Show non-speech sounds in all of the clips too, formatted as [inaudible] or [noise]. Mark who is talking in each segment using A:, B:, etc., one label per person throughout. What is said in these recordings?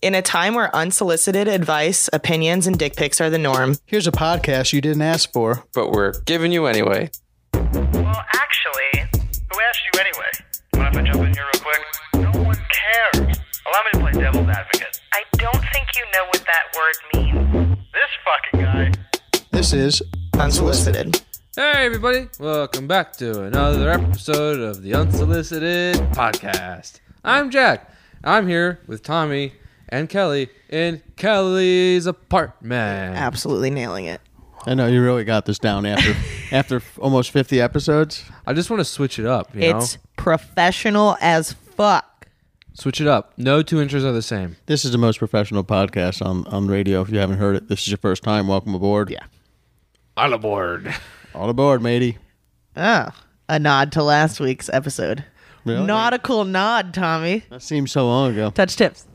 A: In a time where unsolicited advice, opinions, and dick pics are the norm,
B: Here's a podcast you didn't ask for.
C: but we're giving you anyway.
D: Well, actually, who asked you anyway? Mind if I jump in here real quick? No one cares. Allow me to play devil's advocate.
E: I don't think you know what that word means.
D: This fucking guy.
B: This is
A: unsolicited.
C: Hey, everybody. Welcome back to another episode of the Unsolicited Podcast. I'm Jack. I'm here with Tommy and Kelly in Kelly's apartment.
A: Absolutely nailing it.
B: I know you really got this down [laughs] after after almost 50 episodes.
C: I just want to switch it up, you
A: It's
C: know?
A: professional as fuck.
C: Switch it up. No two intros are the same.
B: This is the most professional podcast on on radio. If you haven't heard it, this is your first time. Welcome aboard. Yeah.
C: All aboard.
B: All aboard, matey.
A: Oh, a nod to last week's episode.
B: Really?
A: Nautical nod, Tommy.
B: that seems so long ago.
A: Touch tips.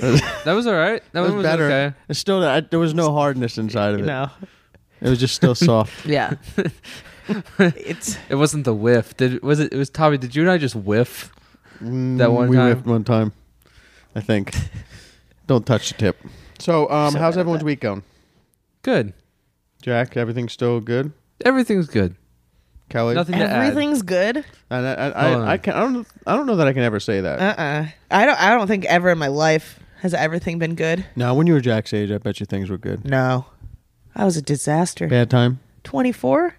C: That was all right. That,
B: It
C: one was
B: was better.
C: okay.
B: It's still I, there was no hardness inside of it.
A: No.
B: It was just
C: [laughs]
B: still soft.
A: Yeah. [laughs]
B: [laughs]
A: it's
C: It wasn't the whiff. Did was it? It was Tommy. Did you and I just whiff that one
B: Mm, we
C: time?
B: whiffed one time, I think. Don't touch the tip. So, um, how's everyone's week going,
C: Good.
B: Jack? Everything's still good,
C: Everything's good.
B: Kelly?
C: Nothing to add.
A: everything's good.
B: And I, I,
C: Hold on.
B: I, I can. I don't. I don't know that I can ever say that.
A: Uh uh I don't I don't think ever in my life has everything been good.
B: now, when you were Jack's age, I bet you things were good.
A: No. I was a disaster.
B: Bad time.
A: Twenty four?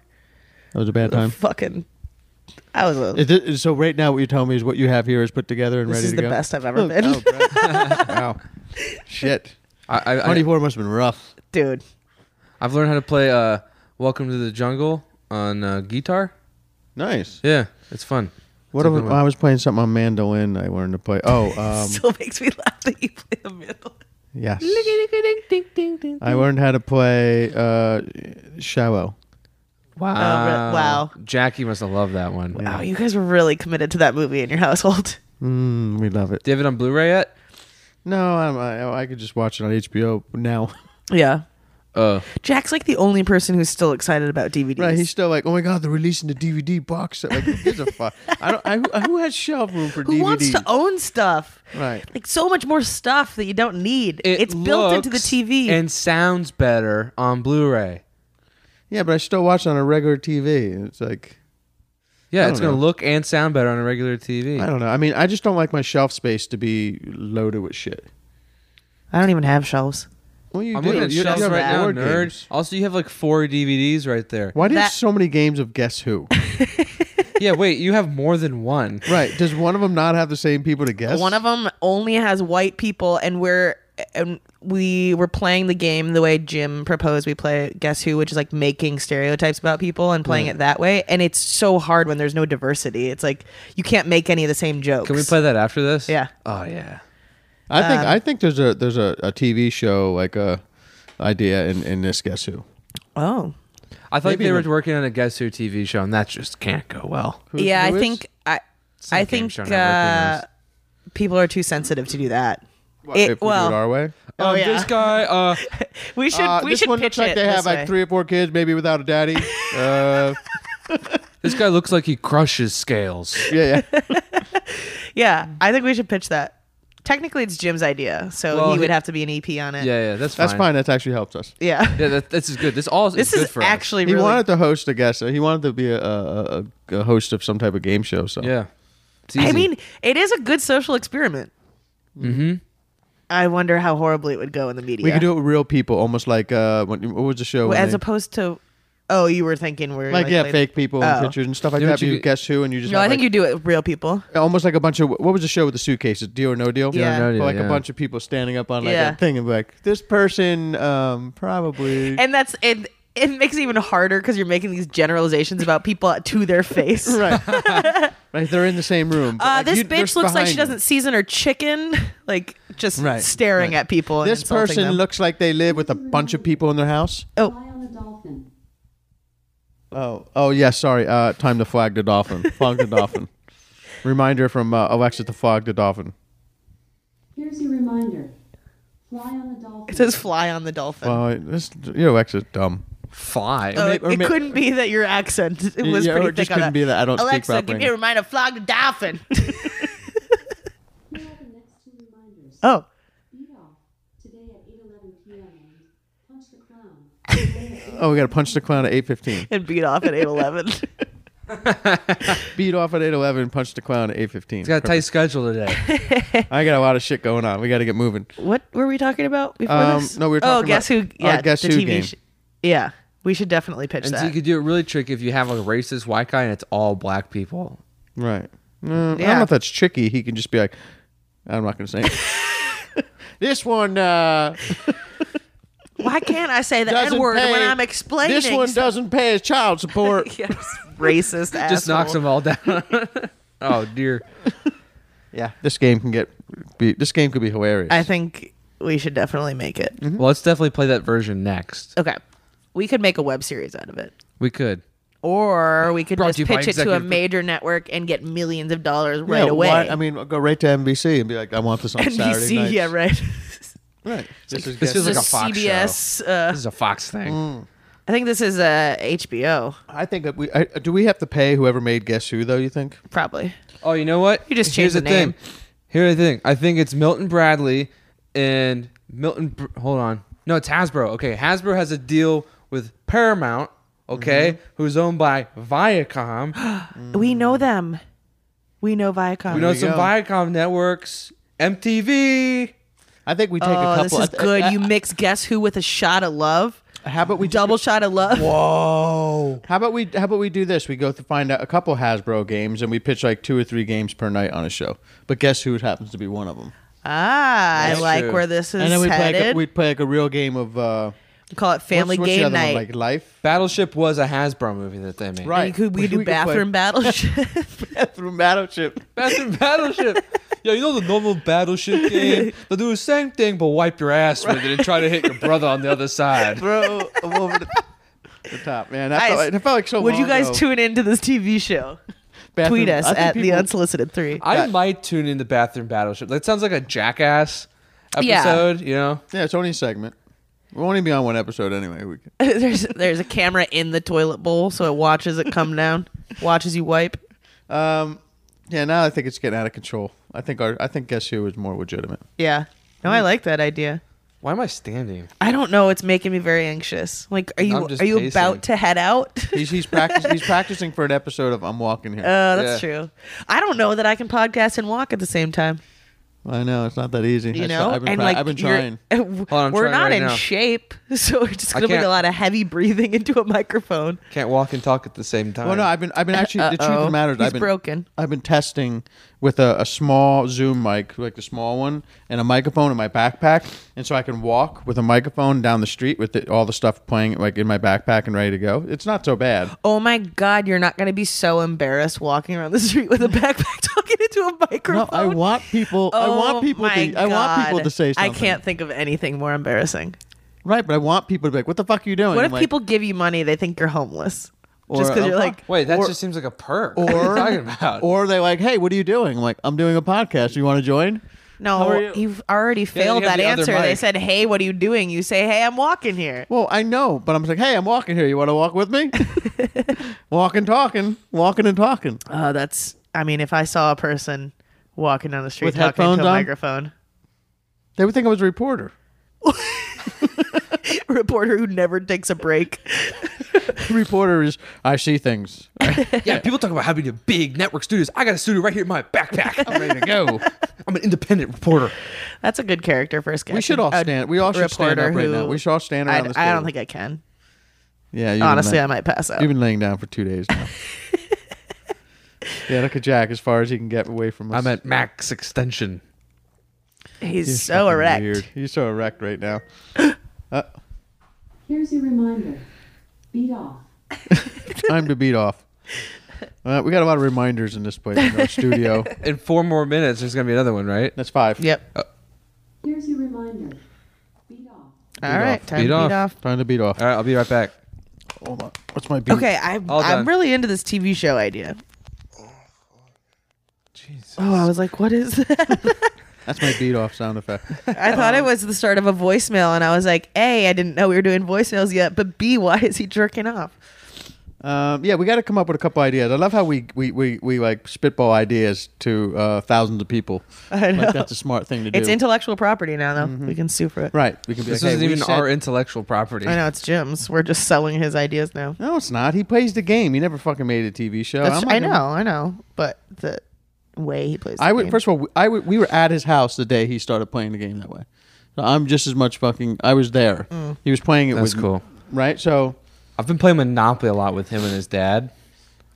B: That was a bad time.
A: Fucking I was a
B: Is thi- so right now, what you're telling me is what you have here is put together and
A: this
B: ready
A: is
B: to
A: the
B: go. oh,
A: best I've ever been.
B: wow. [laughs] Shit.
C: I, I, I,
B: 24 must have been rough.
A: Dude.
C: I've learned how to play uh, "Welcome to the Jungle" on uh, guitar.
B: Nice.
C: Yeah, it's fun.
B: What if I was playing something on mandolin? I learned to play. Oh,
A: [laughs]
B: um,
A: Still makes me laugh that you play the middle.
B: Yes. I learned how to play uh, shallow.
C: Wow!
A: re- wow.
C: Uh, Jackie must have loved that one.
A: Wow, Oh, you guys were really committed to that movie in your household.
B: Mm, we love it.
C: Do you have it on Blu-ray yet?
B: No, I'm, I, I could just watch it on HBO now.
A: Yeah.
C: Oh,
A: Jack's like the only person who's still excited about DVDs.
B: right? He's still like, oh my god, they're releasing the DVD box set. Like, who gives
A: [laughs]
B: a fuck? I don't. I, who- who has shelf room for
A: Who
B: DVDs?
A: wants to own stuff?
B: Right.
A: Like so much more stuff that you don't need.
C: It
A: it's built into the
C: looks
A: TV.
C: and sounds better on Blu-ray.
B: yeah, but I still watch it on a regular TV. It's like
C: Yeah,
B: don't
C: it's gonna
B: know.
C: look and sound better on a regular TV.
B: I don't know. I mean, I just don't like my shelf space to be loaded with shit.
A: I don't even have shelves.
B: Well, you
C: I'm
B: do.
C: looking at
B: You- you
C: shelves
B: have
C: right now,
B: board
C: nerd.
B: games.
C: Also, you have like four DVDs right there.
B: Why do you have
A: That-
B: so many games of Guess
A: [laughs]
B: Who?
C: yeah, wait, you have more than one.
B: right? Does one of them not have the same people to guess?
A: One of them only has white people, and we're and we were playing the game the way Jim proposed. We play Guess Who, which is like making stereotypes about people and playing it that way. And it's so hard when there's no diversity. It's like you can't make any of the same jokes.
C: Can we play that after this?
A: Yeah.
C: Oh yeah.
B: I
A: um,
B: think I think there's a there's a, a TV show like a idea in, in this Guess Who.
A: Oh,
C: I thought
B: Maybe
C: they were
B: the-
C: working on a Guess Who TV show, and that just can't go well.
B: Who-
A: yeah.
B: who
A: I
B: is?
A: think I
C: not a
A: I
C: game
A: think
C: show
A: uh,
C: network,
A: people are too sensitive to do that.
B: What,
A: It-
B: if we
A: well,
B: do it our way.
A: Oh,
C: um,
A: yeah.
C: This guy, uh,
A: we should
B: Uh,
A: we
B: this
A: should
B: one looks
A: pitch
B: like
A: it
B: they have
A: this way.
B: like three or four kids, maybe without a daddy. Uh, [laughs]
C: this
A: [laughs]
C: guy looks like he crushes scales.
B: yeah, yeah.
A: Yeah, I think we should pitch that. Technically, it's Jim's idea, so
C: Well,
A: he would
C: he-
A: have to be an EP on it.
C: Yeah, yeah, that's fine.
B: That's fine. That's actually helped us.
A: yeah.
C: Yeah, that, this is good. This all
A: This
C: is,
A: is,
C: good for us.
A: actually
B: He
A: really
B: wanted to host a guest. He wanted to be a, a, a- a host of some type of game show. So
C: Yeah. It's
A: I
C: easy.
A: mean, it is a good social experiment. Mm-hmm. I wonder how horribly it would go in the media.
B: we could do it with real people, almost like uh, what, what was the show? when
A: as
B: they-
A: opposed to. Oh, you were thinking we're
B: like, yeah,
A: they-
B: fake people
A: Oh.
B: and pictures and stuff like
C: Do what
B: that. but
C: you
B: You
C: could-
B: guess who, and you just
A: No, I
B: have,
A: think
B: like,
A: you do it with real people.
B: almost like a bunch of what was the show with the suitcases? Deal or no deal?
A: Deal or Yeah. No
B: But,
C: Deal,
B: like
C: yeah.
B: a bunch of people standing up on like
A: Yeah.
B: a thing and be like this person um, probably
A: And that's it. It makes it even harder because you're making these generalizations about people [laughs] to their face.
B: [laughs] right. right, they're in the same room. but,
A: Uh,
B: like,
A: this
B: you- they're
A: bitch looks like
B: behind
A: she
B: you.
A: doesn't season her chicken. [laughs] Like just
B: Right,
A: staring
B: right.
A: at people. and
B: This
A: insulting
B: person
A: them.
B: looks like they live with a bunch of people in their house.
A: Oh,
F: on a dolphin.
B: Oh, oh yeah. Sorry. Uh, time to flag the dolphin. Flag the [laughs] dolphin. Reminder from uh, Alexa to flag the dolphin.
F: Here's your reminder. Fly on a dolphin.
A: it says fly on the dolphin.
B: Well, Uh, this you know, Alexa's dumb.
C: fly.
A: Oh,
B: may-
A: it
B: or may-
A: couldn't be that your accent it was
B: Yeah, or
A: pretty
B: it just
A: thick on
B: couldn't be that I don't speak
A: Alexa, give
B: properly.
A: [laughs] me a reminder, flog the dolphin.
F: Here are the next two reminders. fingers.
A: Oh,
F: Beat off. Today at 8:11 p.m. and punch the clown.
B: Oh, we got to punch the clown at 8.15.
A: and beat off at eight eleven.
B: Beat off at 8.11, punch the clown at 8.15.
C: He's got a tight schedule today.
A: [laughs]
B: I got a lot of shit going on. We got to get moving.
A: [laughs] what were we talking about before
B: Um,
A: this?
B: no, we were
A: Oh,
B: talking
A: guess
B: about-
A: who? Yeah,
B: uh, guess
A: the
B: who
A: TV
B: game.
A: sh- yeah, we should definitely pitch
C: and
A: that.
C: so you could do it really tricky if you have like a racist white guy and it's all black people.
B: Right. No, Uh, I don't
A: Yeah.
B: know if that's tricky. He can just be like, I'm not going to say it.
A: [laughs]
B: this one uh,
A: Why can't I say the
B: doesn't
A: N word
B: pay.
A: when I'm explaining?
B: This one
A: something?
B: doesn't pay his child support.
A: [laughs] yes, racist asshole.
C: Just knocks them all down. [laughs] oh dear.
B: yeah, this game can get be this game could be hilarious.
A: I think we should definitely make it.
C: Well, let's definitely play that version next.
A: Okay, we could make a web series out of it,
C: We could.
A: or we could
C: Brought to you
A: just
C: by
A: pitch it to a
C: executive-
A: major network and get millions of dollars
B: Yeah,
A: right away.
B: why- I mean, go right to NBC and be like, I want
A: [laughs]
B: this on Saturday
A: NBC,
B: night.
A: yeah, right.
B: right. This is
C: This
B: getting-
C: feels like a
A: This
C: Fox
A: CBS. Uh,
C: This is a Fox thing.
A: Mm. I think this is uh, HBO,
B: I think that we I, do. We have to pay whoever made Guess Who, though. You think?
A: probably.
C: Oh, you know what?
A: You just
C: Here's
A: changed the name.
C: Thing. Here's the thing. I think it's Milton Bradley and Milton. Br- Hold on. No, it's Hasbro. Okay, Hasbro has a deal with Paramount. Okay,
A: Mm-hmm.
C: who's owned by Viacom.
A: We know them. We know Viacom.
C: we know
B: you
C: some
B: go.
C: Viacom networks. MTV.
B: I think we take a
A: oh,
B: couple. Uh,
A: this is
B: I- I-
A: good. You mix Guess Who with a shot of love.
B: how about we just-
A: Double shot of love.
B: Whoa! How about we? How about we do this? We go to find out a couple Hasbro games, and we pitch like two or three games per night on a show. But guess who happens to be one of them?
A: Ah, I
C: That's
A: like
C: true.
A: where this is
B: and then we play like
A: headed.
B: a, we play like a real game of uh,
A: call it Family
B: what's, what's the
A: Game
B: other one?
A: Night.
B: like life.
C: Battleship was a Hasbro movie that they made.
B: Right.
A: And could we, do
B: could play
A: bathroom battleship?
B: [laughs] bathroom battleship.
C: Bathroom [laughs] Battleship. Yeah, you know the normal battleship game? They'll do the same thing but wipe your ass with it and try to hit your brother on the
B: [laughs]
C: other side.
B: Throw them over the, the top, man. That
A: Guys,
B: felt, like, that felt like so.
A: Would you
B: long
A: guys
B: ago.
A: tune into this TV show?
B: Bathroom-
A: Tweet us
B: I think
A: at the
B: people-
A: unsolicited three.
C: I
B: Yeah.
C: might tune into Bathroom Battleship. That sounds like a jackass
A: Yeah.
C: episode, you know?
B: Yeah, it's only a segment. We'll only be on one episode anyway. We can,
A: [laughs] there's there's a camera in the toilet bowl, so it watches it come down, watches you wipe.
B: um, yeah, now I think it's getting out of control. I think our I think guess who is more legitimate.
A: Yeah. No, I like that idea.
C: Why am I standing?
A: Mm. I don't know. It's making me very anxious. Like, are you
C: I'm just
A: are you
C: pacing.
A: about to head out?
B: He's he's practicing he's practicing for an episode of I'm walking here.
A: [laughs] Uh, that's
C: Yeah.
A: true. I don't know that I can podcast and walk at the same time.
B: I know it's not that easy.
A: You
B: I
A: know,
B: try- I've been,
A: and
B: try-
A: like
B: I've been
A: you're-
B: trying.
A: [laughs]
C: I'm
A: we're
C: trying
A: not
C: right
A: in
C: now.
A: shape, [laughs] so it's just
C: I
A: gonna be
C: can't-
A: a lot of heavy breathing into a microphone.
C: Can't walk and talk at the same time.
B: Well, no, I've been I've been actually the truth of the
A: Uh-oh.
B: matter is
A: He's
B: I've been
A: broken.
B: I've been testing with a, a small Zoom mic, like the small one, and a microphone in my backpack, and so I can walk with a microphone down the street with the, all the stuff playing like in my backpack and ready to go. It's not so bad.
A: Oh my god, you're not gonna be so embarrassed walking around the street with a backpack [laughs] talking into a
B: No,
A: microphone.
B: I want people. I
A: Oh
B: want people.
A: my
B: To, I want people
A: God.
B: to say something.
A: I can't think of anything more embarrassing.
B: Right, but I want people to be like, "What the fuck are you doing?" I'm
A: What if
B: like,
A: people give you money, they think you're homeless,
B: Or,
A: just because
B: uh,
A: you're like,
C: Wait, that
B: Or-
C: just seems like a perk. [laughs] What are you
B: [laughs] Or
C: talking about?
B: Or they like, "Hey, what are you doing?" I'm like, "I'm doing a podcast. You want to join?"
A: no, you? have already failed
C: you have
A: that
C: the other
A: answer. They
C: mic.
A: said, hey, what are you doing? You say, hey, I'm walking here.
B: Well, I know, but I'm just like, "Hey, I'm walking here. You want to walk with
A: [laughs]
B: me?" walking, talking, walking and talking.
A: Oh, that's. I mean, if I saw a person walking down the street
B: With
A: talking to a
B: headphones on?
A: microphone, [laughs]
B: They would think I was a reporter.
A: reporter who never takes a break.
B: reporter is I see things.
C: yeah, people talk about having a big network studios. I got a studio right here in my backpack. I'm ready to go. I'm an independent reporter.
A: That's a good character for a sketch.
B: We should all
A: A
B: stand. We all should stand
A: reporter
B: up right
A: who-
B: now. We should all stand around
A: I,
B: this.
A: I don't
B: table.
A: think I can.
B: Yeah, you've
A: Honestly,
B: been
A: I
B: laying,
A: might pass out.
B: You've been laying down for two days
A: [laughs]
B: now. yeah, look at Jack. As far as he can get away from us.
C: I'm at max extension.
A: He's, so erect.
B: Weird. He's so erect right now.
F: Here's your reminder. Beat off.
B: Time to beat
A: [laughs]
B: off. Uh, we got a lot of reminders in this place in our
A: [laughs]
B: studio.
C: In four more minutes, there's gonna be another one, right?
B: That's five.
A: Yep.
F: Here's your reminder. Beat off.
A: all right.
B: off.
A: Time
C: Beat
A: to
C: off.
A: beat off.
B: Time to beat off.
C: All right, I'll be right back.
B: Hold on. What's my beat?
A: Okay, I'm
C: All done.
A: I'm really into this TV show idea. Oh, I was like, what is that? [laughs]
B: That's my beat off sound effect.
A: I thought
B: Um,
A: it was the start of a voicemail, and I was like, A, I didn't know we were doing voicemails yet, but B, why is he jerking off? [laughs]
B: Um, yeah, we got to come up with a couple ideas. I love how we we, we, we like spitball ideas to uh, thousands of people.
A: I know.
B: Like that's a smart thing to do.
A: [laughs]
B: Mm-hmm.
A: It's intellectual property now, though. We can sue for it.
B: right. We can be
C: This
B: like,
C: isn't
B: hey, we
C: even
B: said-
C: our intellectual property.
A: I know it's Jim's. We're just selling his ideas now.
B: No, it's not. He plays the game. He never fucking made a TV show.
A: That's,
B: Oh, I'm not
A: I
B: gonna-
A: know, I know, but the way he plays.
B: I
A: the
B: would
A: game.
B: first of all, I would, we were at his house the day he started playing the game that way. So I'm just as much fucking. I was there. He was playing it.
C: Mm. That's
B: with me,
C: cool.
B: right? So
C: I've been playing Monopoly a lot with him and his dad.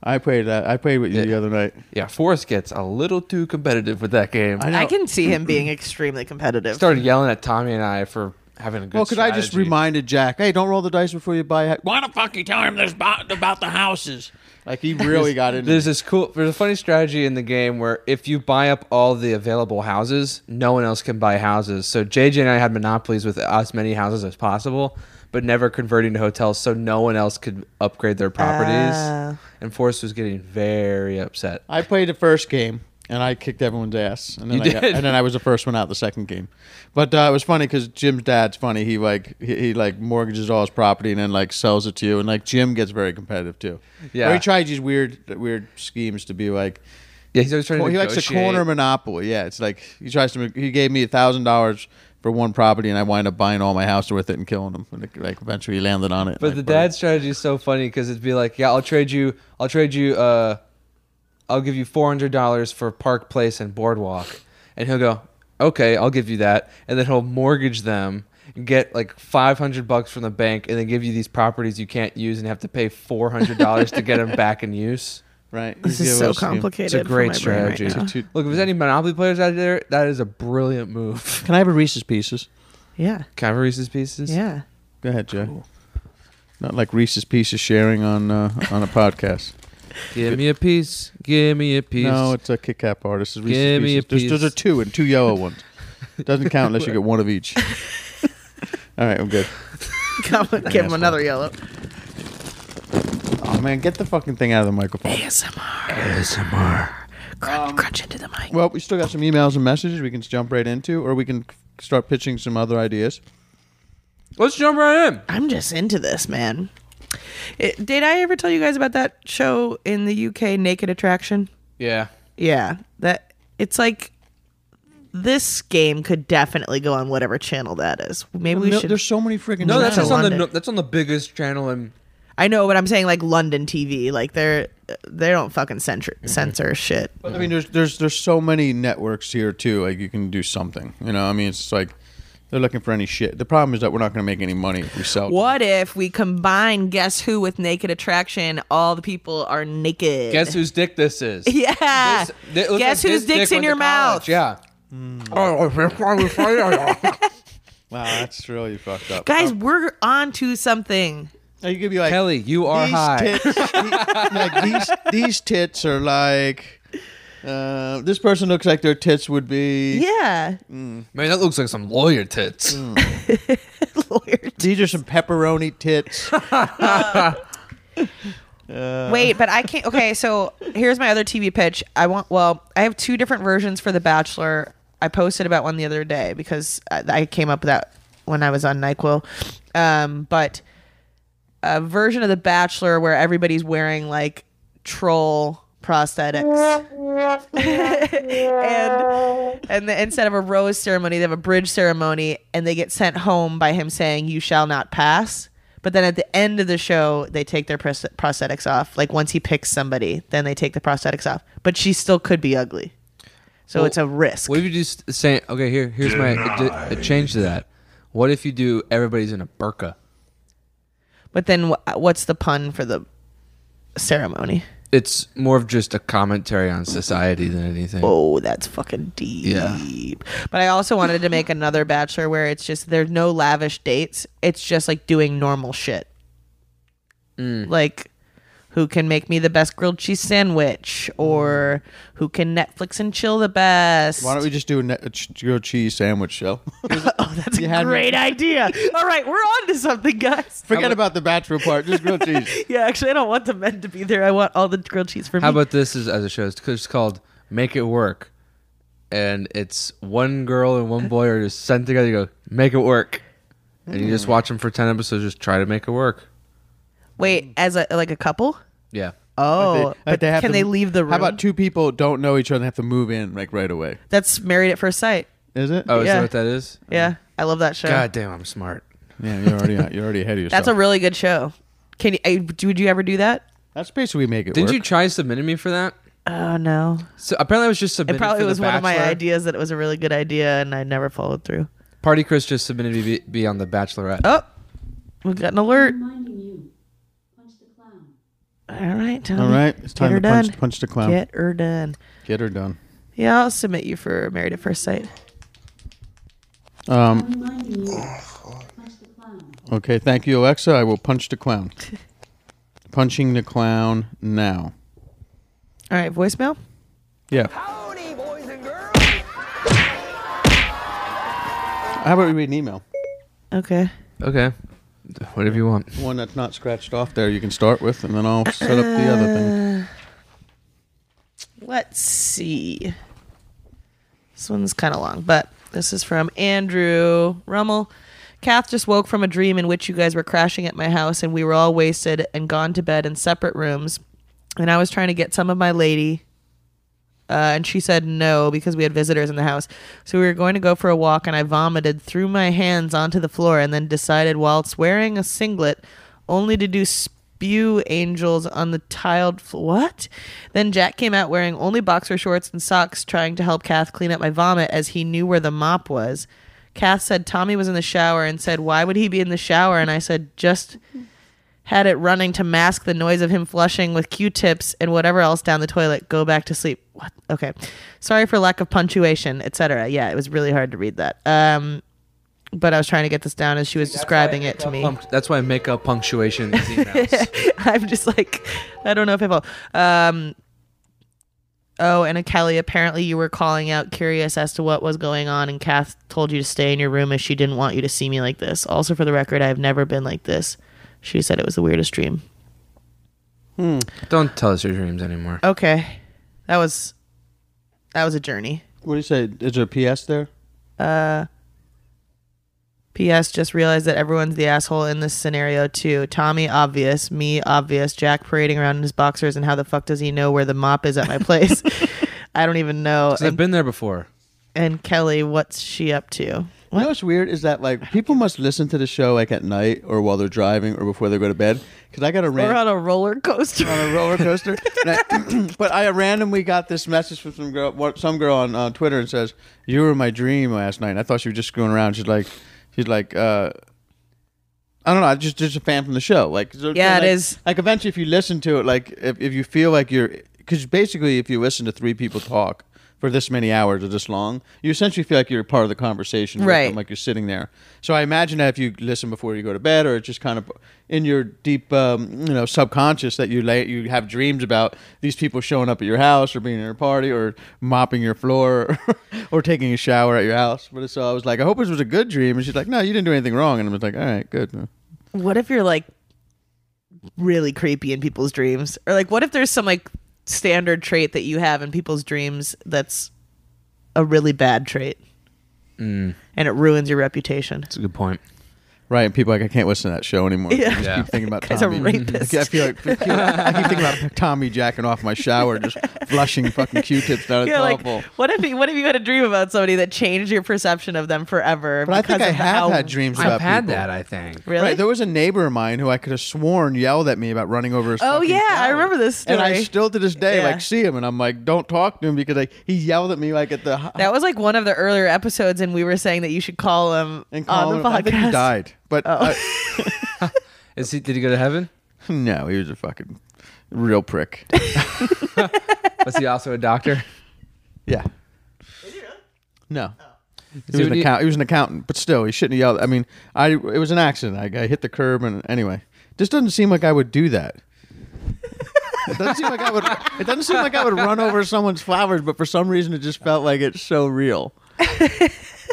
B: I played that. I played with you
C: Yeah.
B: the other night.
C: Yeah, Forrest gets a little too competitive with that game. I
B: know.
A: I can see him
B: [clears throat]
A: being extremely competitive.
C: started yelling at Tommy and I for having a good.
B: Well, because I just
C: strategy.
B: reminded Jack, hey, don't roll the dice before you buy. A ha- Why the fuck you tell him this about, about the houses? Like he really got into.
C: There's
B: it.
C: this cool. There's a funny strategy in the game where if you buy up all the available houses, no one else can buy houses. So JJ and I had monopolies with as many houses as possible, but never converting to hotels, so no one else could upgrade their properties.
A: Ah.
C: And Forrest was getting very upset.
B: I played the first game and I kicked everyone's ass, and then I
C: You
B: got,
C: did.
B: and then I was the first one out the second game. But uh, it was funny because Jim's dad's funny. He like he, he like mortgages all his property and then like sells it to you, and like Jim gets very competitive too.
C: Yeah.
B: Or he tried these weird weird schemes to be like.
C: Yeah, he's always trying
B: Well,
C: to.
B: he likes a corner
C: negotiate.
B: monopoly. Yeah, it's like he tries to. He gave me a thousand dollars for one property, and I wind up buying all my house with it and killing him. And like, like eventually, he landed on it.
C: But
B: Like,
C: the dad strategy is so funny because it'd be like, yeah, I'll trade you, I'll trade you, uh, I'll give you four hundred dollars for Park Place and Boardwalk, and he'll go, okay, I'll give you that, and then he'll mortgage them, get like five hundred bucks from the bank, and then give you these properties you can't use and have to pay four hundred dollars to get them back in use.
B: right?
A: this
B: He's
A: is
B: the
A: so
B: worst game.
A: complicated.
C: It's a
A: for
C: great
A: my brain right
C: strategy.
A: now.
B: Too-
C: Look, if there's any Monopoly players out there, that is a brilliant move. [laughs]
B: Can I have a Reese's Pieces?
A: yeah,
C: Can I have a Reese's
B: [laughs]
C: Pieces?
A: yeah.
B: Go ahead, Jay. Not like Reese's Pieces sharing on uh, on a
C: [laughs]
B: podcast.
C: Give me a piece. Give me a piece.
B: No, it's a Kit Kat bar. This is Reese's
C: Give me a
B: Pieces. There's- There's,
C: piece.
B: a two and two yellow ones. Doesn't count unless you
C: [laughs]
B: get one of each. All right, I'm good.
A: Come on, give him another yellow.
B: Oh man, get the fucking thing out of the microphone.
A: Crunch, crunch into the mic.
B: Well, we still got some emails and messages we can jump right into, or we can start pitching some other ideas.
C: Let's jump right in.
A: I'm just into this, man. It, did I ever tell you guys about that show in the UK, Naked Attraction?
C: Yeah.
A: Yeah, that it's like this game could definitely go on whatever channel that is. Maybe we
B: Mil-
A: should.
B: There's so many freaking.
C: No, that's
A: Yeah.
C: just on the
A: London.
C: no- that's on the biggest channel in
A: I know, but I'm saying like London TV, like they're they don't fucking censor censor shit.
B: I mean, there's there's there's so many networks here too. Like you can do something. You know, I mean, it's just like they're looking for any shit. The problem is that we're not going to make any money if we sell.
A: What if we combine Guess Who with Naked Attraction? All the people are naked.
C: Guess whose dick this
A: [laughs]
C: is?
A: yeah.
C: This- it looks
A: Guess
C: like
A: whose
C: this dick
A: dick's in
C: went to
A: your mouth?
C: college. Yeah. Oh,
A: [laughs]
B: Wow, that's really fucked up.
A: Guys,
C: Oh.
A: we're on to something.
B: Oh, you could be like
C: Kelly, you are
B: these
C: high.
B: Tits,
C: [laughs]
B: the- like these these tits are like. Uh, this person looks like their tits would be.
A: [laughs] Yeah.
C: Man, that looks like some lawyer tits.
A: Lawyer.
B: These are some pepperoni
C: [laughs]
B: tits.
C: Uh.
A: Wait, but I can't. Okay, so here's my other TV pitch. I want. Well, I have two different versions for The Bachelor. I posted about one the other day because I, I came up with that when I was on Nyquil. Um, but a version of The Bachelor where everybody's wearing like troll prosthetics, [laughs] and and the, instead of a rose ceremony, they have a bridge ceremony, and they get sent home by him saying, "You shall not pass." But then at the end of the show, they take their pros- prosthetics off. Like once he picks somebody, then they take the prosthetics off. But she still could be ugly, so it's a risk.
C: What if you just say, okay, here, here's my a, a change to that. What if you do everybody's in a burqa?
A: but then wh- what's the pun for the ceremony?
C: It's more of just a commentary on society than anything.
A: Oh, that's fucking deep. But I also wanted to make another bachelor where it's just there's no lavish dates. It's just like doing normal shit.
B: Mm.
A: Like who can make me the best grilled cheese sandwich or who can Netflix and chill the best.
B: Mm. Why don't we just do a, ne- a ch- grilled cheese sandwich show?
A: [laughs] Oh, that's a
B: had me-
A: great idea. All right, we're on to something, guys.
B: Forget about the bachelor part. Just grilled [laughs] cheese.
A: Yeah, actually, I don't want the men to be there. I want all the grilled cheese for
C: How
A: me.
C: about this is, as a show? It's c- it's called Make It Work. And it's one girl and one boy are just sent
A: Mm.
C: together. You go, make it work. And you just watch them for 10 episodes, just try to make it work.
A: Wait, as a like a couple?
C: Yeah.
B: Like
A: Oh,
B: like
A: but
B: have
A: can
B: to-
A: they leave the room?
B: How about two people don't know each other and have to move in like right away?
A: That's married at first sight.
B: Is it?
C: Oh, is
A: Yeah.
C: that what that is?
A: Yeah, I love that show.
C: God damn, I'm smart.
B: yeah. You're already you're already ahead of yourself.
A: That's a really good show. Can you, I, do- would you ever do that?
B: That's basically make it.
C: Didn't you
B: work.
C: try submitting me for that?
A: Oh no!
C: So apparently, I was just
A: It
C: submitted.
A: probably
C: for The
A: was one of my
C: Bachelor.
A: ideas that it was a really good idea, and I never followed through.
C: Party Chris just submitted me be, be on the Bachelorette.
A: Oh, we got an alert.
F: Reminding you. Punch the clown.
A: All right, Tommy.
B: All right, it's time
A: Get her
B: to punch,
A: done.
B: punch the clown. Get.
A: Get her done.
B: her done.
A: Yeah, I'll submit you for married at first sight.
B: Um,
F: Reminding you. Punch the clown.
B: okay, thank you, Alexa. I will punch the [laughs] clown. Punching the clown now.
A: All right, voicemail.
B: Yeah. How about we read an email?
A: Okay.
C: Okay, whatever you want.
B: One that's not scratched off there, you can start with, and then I'll set up the other
A: Uh.
B: thing.
A: Let's see. This one's kind of long, but this is from Andrew Rummel. Kath just woke from a dream in which you guys were crashing at my house and we were all wasted and gone to bed in separate rooms. And I was trying to get some of my lady, uh, and she said no because we had visitors in the house. So we were going to go for a walk, and I vomited, threw my hands onto the floor, and then decided, whilst wearing a singlet, only to do spew angels on the tiled floor. What? Then Jack came out wearing only boxer shorts and socks, trying to help Kath clean up my vomit as he knew where the mop was. Kath said Tommy was in the shower and said, Why would he be in the shower? And I said, Just had it running to mask the noise of him flushing with Q-tips and whatever else down the toilet. Go back to sleep. What? Okay. Sorry for lack of punctuation, etc. Yeah, it was really hard to read that. Um, but I was trying to get this down as she was describing it to me.
C: Punct- that's why I make up punctuation in these emails.
A: [laughs] I'm just like, I don't know if I follow. Um, oh, and uh, Kelly, apparently you were calling out curious as to what was going on, and Kath told you to stay in your room as she didn't want you to see me like this. Also, for the record, I have never been like this. She said it was the weirdest dream.
C: Don't tell us your dreams anymore.
A: Uh, Okay, that was that was a journey.
B: What do you say? Is there a PS there?
A: P.S. Just realized that everyone's the asshole in this scenario too. Tommy obvious, me obvious, Jack parading around in his boxers, and how the fuck does he know where the mop is at
B: [laughs]
A: my place? I don't even know.
C: 'Cause I've been there before.
A: and Kelly, what's she up to?
B: You know what's weird is that like people must listen to the show like at night or while they're driving or before they go to bed. Because I got a
A: We're
B: rant
A: on a roller coaster.
B: on [coughs] a roller
A: [laughs]
B: coaster. And I- [coughs] but I randomly got this message from some girl, what- some girl on uh, Twitter, and says, "You were my dream last night." And I thought she was just screwing around. She's like, she's like, uh, I don't know. I just just a fan from the show. Like, so-
A: Yeah, it
B: like,
A: is.
B: Like eventually, if you listen to it, like if if you feel like you're, because basically, if you listen to three people talk. For this many hours or this long, you essentially feel like you're part of the conversation, with
A: Right.
B: them, Like you're sitting there. So I imagine that if you listen before you go to bed, or it's just kind of in your deep, um, you know, subconscious that you lay, you have dreams about these people showing up at your house, or being at a party, or mopping your floor, [laughs] or taking a shower at your house. But so I was like, I hope this was a good dream. And she's like, No, you didn't do anything wrong. And I was like, All right, good.
A: what if you're like really creepy in people's dreams, or like what if there's some like standard trait that you have in people's dreams that's a really bad trait,
B: Mm.
A: and it ruins your reputation?
C: That's a good point.
B: Right, and people are like I can't listen to that show anymore. I just
C: Yeah.
B: keep thinking
A: [laughs]
B: about
A: Guy's a
B: Tommy.
A: rapist.
B: I feel like I keep thinking
A: [laughs]
B: about Tommy jacking off my shower, just flushing fucking Q-tips down.
A: Yeah,
B: it's
A: like
B: awful.
A: what if you, what if you had a dream about somebody that changed your perception of them forever?
B: But I think
A: because
B: I
A: of
B: have
A: how-
B: had dreams about
C: I've had
B: people.
C: that. I think.
A: Really?
B: Right, there was a neighbor of mine who I could have sworn yelled at me about running over his.
A: oh
B: fucking
A: yeah, I
B: flower.
A: remember this story.
B: And I still to this day
A: Yeah.
B: like see him, and I'm like, don't talk to him because like he yelled at me like at the.
A: that was like one of the earlier episodes, and we were saying that you should call him
B: and Colin-
A: on the podcast. Oh.
B: I think he died, but
C: Is he? Did he go to heaven?
B: I- no, he was a fucking real prick.
C: Was he also a doctor?
B: yeah. No. He
C: So
B: was, an
C: do you-
B: account- he was an accountant, but still, he shouldn't yell. I mean, I it was an accident. I, I hit the curb, and anyway, just doesn't seem like I would do that. It doesn't seem like I would. It doesn't seem like I would run over someone's flowers, but for some reason, it just felt like it's so real.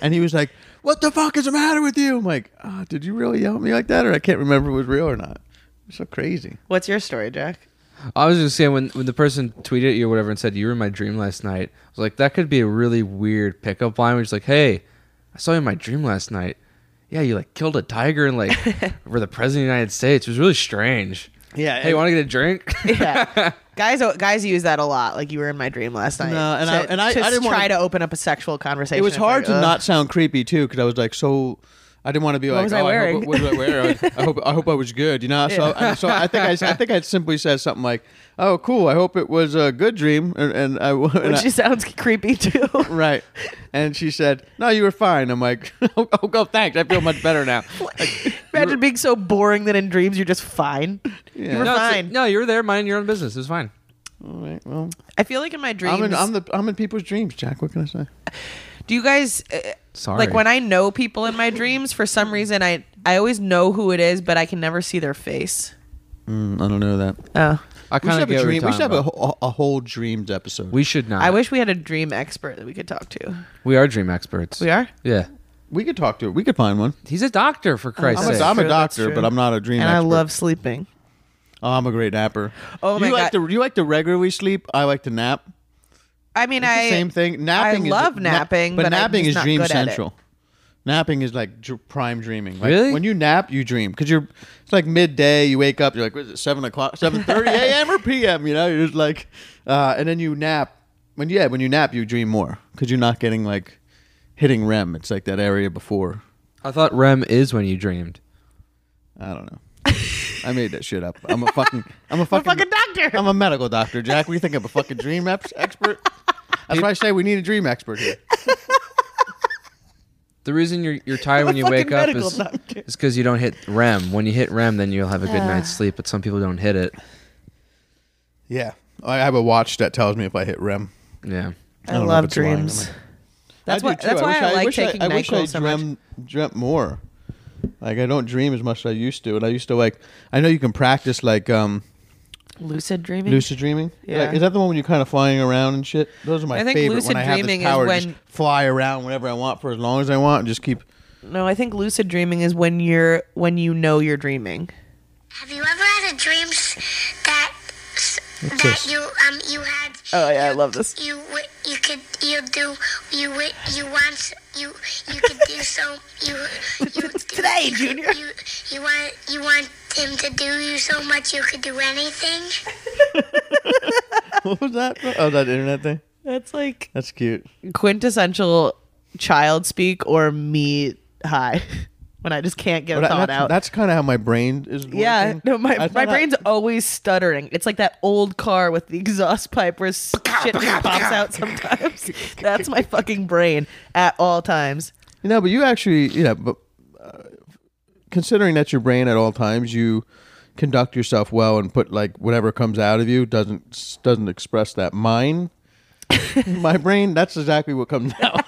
B: and he was like, "What the fuck is the matter with you?" I'm like, oh, "Did you really yell at me like that?" Or I can't remember if it was real or not. It's so crazy.
A: What's your story, Jack?
C: I was just saying when when the person tweeted at you or whatever and said you were in my dream last night. I was like, that could be a really weird pickup line. Where it's like, hey, I saw you in my dream last night. yeah, you like killed a tiger and like were the president of the United States. It was really strange.
B: Yeah,
C: Hey,
B: and-
C: want to get a drink?
A: Yeah. guys, guys use that a lot. Like you were in my dream last night.
B: No, and
A: to,
B: I- and I-
A: to
B: I didn't
A: try
B: wanna-
A: to open up a sexual conversation.
B: It was
A: It's
B: hard
A: like,
B: to
A: ugh. [laughs]
B: not sound creepy too, because I was like so. I didn't want to be like,
A: was
B: oh,
A: I
B: I hope,
A: wearing?"
B: what did I wear? I, I hope I hope I was good, you know. So,
A: Yeah.
B: so I think I, I think I simply said something like, "Oh, cool. I hope it was a good dream." And, and I w- and
A: Which
B: I-
A: just sounds creepy too.
B: [laughs] right, and she said, "No, you were fine." I'm like, [laughs] "Oh, oh, go, thanks. I feel much better
A: [laughs]
B: now."
A: Imagine being so boring that in dreams you're just fine. You were
C: [laughs] no, it's-
A: fine.
C: no, you were there minding your own business. It was fine.
B: All right, well,
A: I feel like in my dreams,
B: I'm in, I'm the I'm in people's dreams, Jack. What can I say?
A: do you guys uh,
C: Sorry.
A: like when I know people in my dreams? For some reason, I I always know who it is, but I can never see their face.
B: Mm, I don't know that.
A: Oh,
C: I
B: We should
C: kind of
B: have a
C: get
B: dream. We
C: We
B: should have a, whole- a whole dreams episode.
C: We should not.
A: I wish we had a dream expert that we could talk to.
C: we are dream experts.
A: We are,
C: Yeah.
B: we could talk to it. We could find one.
C: He's a doctor for
B: Oh,
C: Christ's
B: I'm a,
A: That's
C: sake.
B: I'm
A: true,
B: a
A: that's
B: doctor,
A: true.
B: but I'm not a dream.
A: and I
B: expert.
A: love sleeping.
B: Oh, I'm a great napper.
A: Oh, my
B: you Like
A: God.
B: to, you like to regularly sleep. I like to nap.
A: I mean,
B: It's
A: I
B: the same thing. Napping.
A: I love
B: is, na-
A: napping,
B: but
A: but I'm
B: napping
A: just
B: is
A: not
B: dream
A: good at it.
B: central. Napping is like dr- prime dreaming. Like,
C: Really?
B: When you nap, you dream because you're. It's like midday. You wake up. You're like, what is it? Seven o'clock, seven
A: [laughs]
B: thirty a.m. or p.m. You know, you're just like, uh, and then you nap. When yeah, when you nap, you dream more because you're not getting like hitting REM. It's like that area before.
C: I thought REM is when you dreamed.
B: I
A: [laughs]
B: don't know. I made that shit up. I'm a fucking. I'm a fucking,
A: fucking doctor.
B: I'm a medical doctor, Jack. We think I'm a fucking dream ep- expert. That's why I say we need a dream expert here.
C: The reason you're, you're tired when you
A: fucking
C: wake up
A: medical
C: is
A: doctor.
C: because you don't hit REM. When you hit REM, then you'll have a good night's sleep. But some people don't hit it.
B: Yeah, I have a watch that tells me if I hit REM.
C: Yeah.
A: I,
B: don't know if
A: love
B: it's lying,
A: dreams.
B: am I? I
A: That's
B: do
A: why.
B: too.
A: That's why
B: wish
A: I, like
B: wish
A: taking
B: I, I
A: NyQuil
B: wish I
A: so much.
B: dream, dreamt more. Like I don't dream as much as I used to, and I used to like. I know you can practice like um
A: Lucid dreaming.
B: lucid dreaming.
A: Yeah.
B: Like, is that the one when you're kind of flying around and shit? Those are my
A: I think
B: favorite.
A: lucid
B: when I have
A: dreaming
B: this
A: is
B: power, to
A: when-
B: just fly around whenever I want for as long as I want, and just
A: [laughs]
B: keep.
A: No, I think lucid dreaming is when you're when you know you're dreaming.
G: Have you ever had a dream s- that s- that
B: this?
G: you um you had
A: Oh yeah, I love this.
G: you w- you could you do you w- you want s- you you could do so you you
A: [laughs] Today, Junior.
G: you you want you want him to do you so much you could do anything.
B: What was that? Oh, that internet thing.
A: That's like
B: That's cute.
A: quintessential child speak or me high [laughs] when I just can't get a
B: But I-
A: thought
B: that's,
A: out.
B: that's kind of how my brain is.
A: yeah, [laughs]
B: working.
A: no, my,
B: That's
A: my
B: not how-
A: brain's always stuttering. It's like that old car with the exhaust pipe where shit just pops out sometimes. [laughs] That's my fucking brain at all times.
B: You know, but you actually, you know, but uh, considering that's your brain at all times, you conduct yourself well and put like whatever comes out of you doesn't doesn't express that. Mine, my brain, that's exactly what comes out.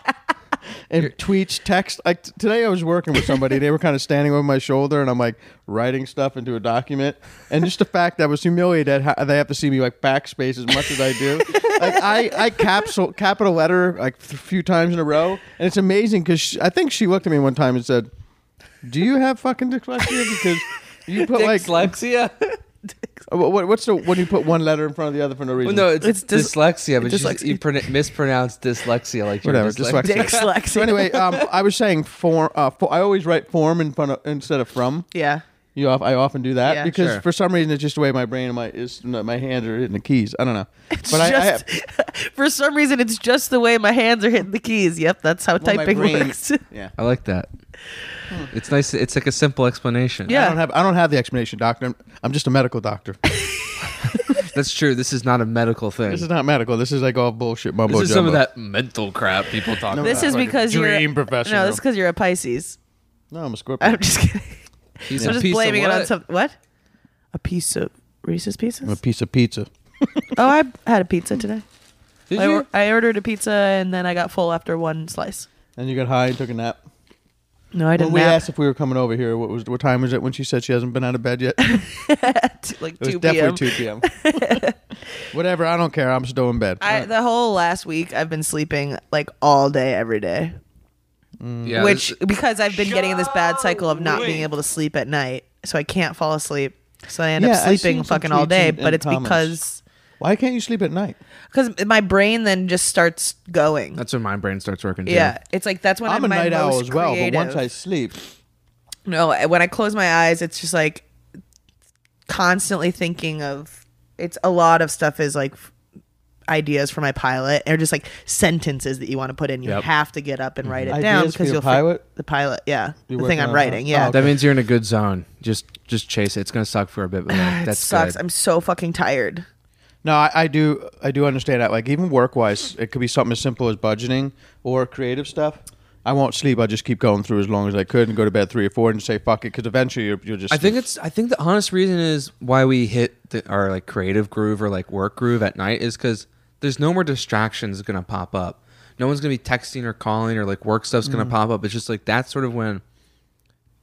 B: And tweets, text. Like t- today, I was working with somebody. They were kind of standing over my shoulder, and I'm like writing stuff into a document. And just the fact that I was humiliated, how they have to see me like backspace as much as I do. like I, I capsule capital letter like a few times in a row, and it's amazing because I think she looked at me one time and said, "Do you have fucking dyslexia?" Because you put like
C: Dyslexia?
B: what, what- what's the when you put one letter in front of the other for no reason?
C: [laughs] no, it's,
A: It's dys-
C: dyslexia, but you,
A: dyslexia.
C: you pronu- mispronounce dyslexia like you're
B: whatever.
C: dyslexic.
B: Dyslexia.
A: Dyslexia.
B: So anyway, um, I was saying form. Uh, for, I always write form in front of instead of from.
A: Yeah.
B: You, off, I often do that
A: Yeah.
B: because
C: Sure.
B: for some reason it's just the way my brain and my is my hands are hitting the keys. I don't
A: [laughs]
B: know, but I- I,
A: just, [laughs] for some reason, it's just the way my hands are hitting the keys. Yep, that's how
B: well, my
A: typing
B: brain-
A: works. [laughs]
B: [laughs] Yeah.
C: I like that. It's nice. It's like a simple explanation.
A: Hmm. Yeah.
B: I don't have I don't have the explanation, doctor. I'm, I'm just a medical
A: [laughs]
B: doctor.
C: That's true. This is not a medical thing.
B: this is not medical. This is like all bullshit mumbo
C: This is some
B: jumbo.
C: of that mental crap people talk about.
A: This is
B: Like a
A: because you're
B: dream professional.
A: No, this is because you're a Pisces.
B: No, I'm a Scorpio.
A: I'm just [laughs] kidding.
C: He's
A: I'm
C: a
A: just
C: piece of
A: blaming it on
C: what?
A: something. What? A piece of Reese's
B: I'm a
A: Pieces.
B: piece of pizza.
A: [laughs] oh, I had a pizza today.
C: Did
A: I,
C: you?
A: or- I ordered a pizza and then I got full after one slice.
B: And you got high and took a nap.
A: No, I
B: When
A: didn't.
B: we
A: nap
B: asked if we were coming over here, what was what time was it when she said she hasn't been out of bed
A: [laughs]
B: yet? It
A: at like
B: was
A: two p.m.
B: definitely 2 p.m.
A: [laughs]
B: Whatever, I don't care. I'm still in bed.
A: I, the whole last week, I've been sleeping like all day, every day,
C: Yeah,
A: which
C: this-
A: because I've been getting in this bad cycle of not being able to sleep at night, so I can't fall asleep. So I end
B: Yeah,
A: up
B: I've
A: sleeping
B: seen some
A: fucking all
B: tweets
A: day,
B: and-
A: but
B: and
A: it's
B: comments.
A: because
B: Why can't you sleep at night?
A: because my brain then just starts going.
C: that's when my brain starts working. Too.
A: yeah, it's like that's when
B: I'm,
A: I'm,
B: a
A: my
B: night owl
A: most
B: as well, but once I
A: creative.
B: sleep,
A: No, when I close my eyes, it's just like constantly thinking of it's a lot of stuff is like f- ideas for my pilot or just like sentences that you want to put in. You
C: Yep.
A: have to get up and write it
B: Mm-hmm. Ideas
A: down
B: for your
A: you'll fi-
B: pilot?
A: the pilot, yeah.
B: You're
A: the thing
B: working
A: I'm
B: on
A: writing,
B: that?
A: yeah.
B: Oh,
A: That
C: That means you're in a good zone. Just just chase it. It's gonna suck for a
A: [sighs]
C: bit, but like, that's
A: sucks.
C: good.
A: I'm so fucking tired.
B: No, I, I do. I do understand that. Like even work wise, it could be something as simple as budgeting or creative stuff. I won't sleep. I just keep going through as long as I could and go to bed three or four and say fuck it because eventually you're, you'll just.
C: I think it's. I think the honest reason is why we hit the, our like creative groove or like work groove at night is because there's no more distractions gonna pop up. No one's gonna be texting or calling or like work stuff's
A: Mm.
C: gonna pop up. It's just like that's sort of when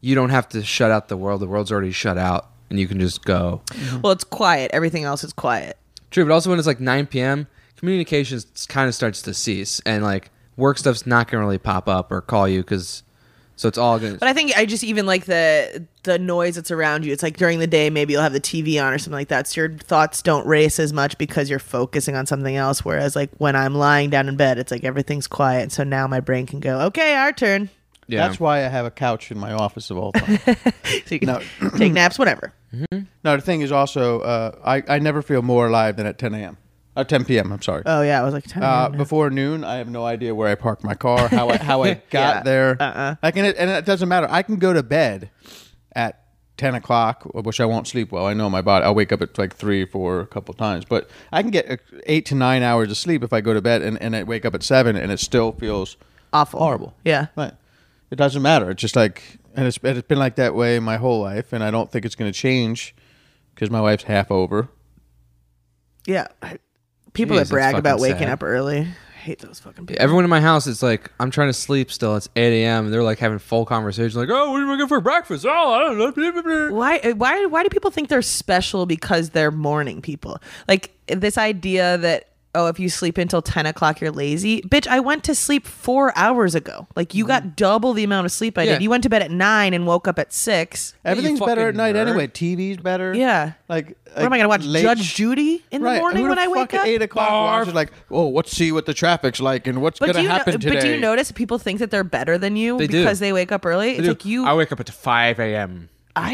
C: you don't have to shut out the world. The world's already shut out, and you can just go.
A: Well, it's quiet. Everything else is quiet.
C: True, but also when it's like 9 p.m., communications kind of starts to cease, and like work stuff's not gonna really pop up or call you because. So it's all gonna.
A: But I think I just even like the the noise that's around you. It's like during the day, maybe you'll have the TV on or something like that. So your thoughts don't race as much because you're focusing on something else. Whereas like when I'm lying down in bed, it's like everything's quiet. So now my brain can go, okay, our turn. [laughs]
C: yeah.
B: that's why I have a couch in my office of
C: [laughs]
B: all time.
A: So you can [clears throat] take naps, whatever.
B: no, the thing is also, uh, I I never feel more alive than at 10 a.m. Uh, 10 p.m. I'm sorry.
A: Oh yeah, I was like, time
B: Uh,
A: now.
B: before noon, I have no idea where I parked my car, how I how
A: [laughs]
B: I got
A: Yeah.
B: there. Uh-uh. I can, and it doesn't matter. I can go to bed at ten o'clock, which I won't sleep well. I know my body. I'll wake up at like three, four, a couple times, but I can get uh, eight to nine hours of sleep if I go to bed and, and I wake up at seven, and it still feels
A: awful,
B: horrible.
A: Yeah,
B: Right. It doesn't matter. It's just like, and it's, and it's been like that way my whole life, and I don't think it's going to change because my wife's half over.
A: yeah. People
C: Jeez,
A: that
C: that's
A: brag about
C: fucking
A: waking
C: sad.
A: up early, I hate those fucking people.
C: Everyone in my house, it's like I'm trying to sleep still. It's 8 a.m. and they're like having full conversation, like, "Oh, what are we going for breakfast?" Oh, I don't know. blah, blah, blah."
A: why uh, why why do people think they're special because they're morning people like this idea that oh if you sleep until 10 o'clock you're lazy bitch i went to sleep four hours ago like you got double the amount of sleep i
C: Mm-hmm. Yeah.
A: did you went to bed at nine and woke up at six
B: Everything's better at
C: fucking
B: night
C: nerd.
B: anyway. TV's better.
A: Yeah.
B: Like,
A: what am i gonna watch judge judy in the morning when i wake up
B: Eight o'clock.
C: Barf.
B: watches like, oh, let's see what the traffic's like and what's
A: but do,
B: gonna
A: you know,
B: happen
A: but
B: today.
A: do you notice that people think that they're better than you
C: They do.
A: because they wake up early? It's
C: Dude,
A: like you,
C: I
A: I,
C: wake up at 5 a.m.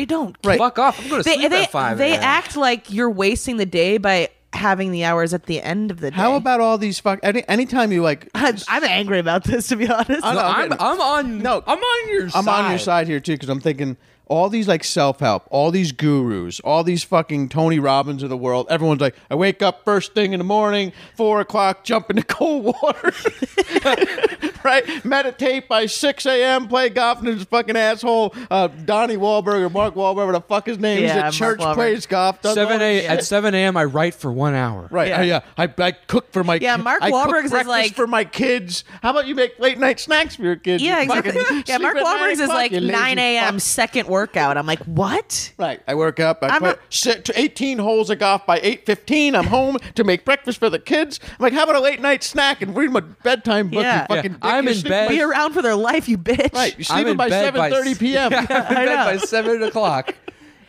A: don't
C: Fuck off! I'm going to
A: They,
C: sleep
A: they,
C: at 5
A: they
C: a.m.
A: act like you're wasting the day by having the hours at the end of the day.
B: How about all these fuck? Any anytime you like,
A: I'm, I'm angry about this, to be honest.
B: I
C: No,
B: know,
C: I'm,
B: okay.
C: I'm on.
B: No.
C: I'm on your.
B: I'm on your side here too because I'm thinking all these like self help, all these gurus, all these fucking Tony Robbins of the world. Everyone's like, I wake up first thing in the morning, four o'clock, jump into [laughs] cold water, right? Meditate by six a.m. Play golf and this fucking asshole uh, Donnie Wahlberg or Mark Wahlberg, whatever the fuck his name
A: Yeah,
B: is, at
A: Mark
B: church
A: Wahlberg.
B: plays golf. does all
C: 7
B: this
C: a.
B: shit.
C: At 7 a.m. I write for one hour.
B: Right.
A: Yeah.
B: Yeah. yeah. I, I cook for my
A: Yeah, Mark
B: I cook
A: Wahlberg's is
B: breakfast
A: like-
B: for my kids. How about you make late night snacks for your kids?
A: Yeah,
B: You fucking
A: exactly.
B: [laughs]
A: Yeah,
B: sleep
A: Mark
B: at nine
A: Wahlberg's is
B: o'clock,
A: like
B: you lazy
A: 9 a.m.
B: fuck.
A: second workout. I'm like, what?
B: Right. I work up. I
A: I'm
B: play
A: a-
B: sit to 18 holes of golf by 8:15. I'm home to make breakfast for the kids. I'm like, how about a late night snack and read my bedtime book?
A: Yeah.
B: You fucking dick.
C: Yeah, I'm
B: You're
C: in
B: sleeping-
C: bed.
A: Be around for their life, you bitch.
B: Right. You're
C: I'm
B: sleeping
C: in
B: by
C: bed by
B: 7:30
C: s-
B: p.m.
C: [laughs] Yeah, I'm in
A: I
C: bed
A: know.
C: by 7 o'clock,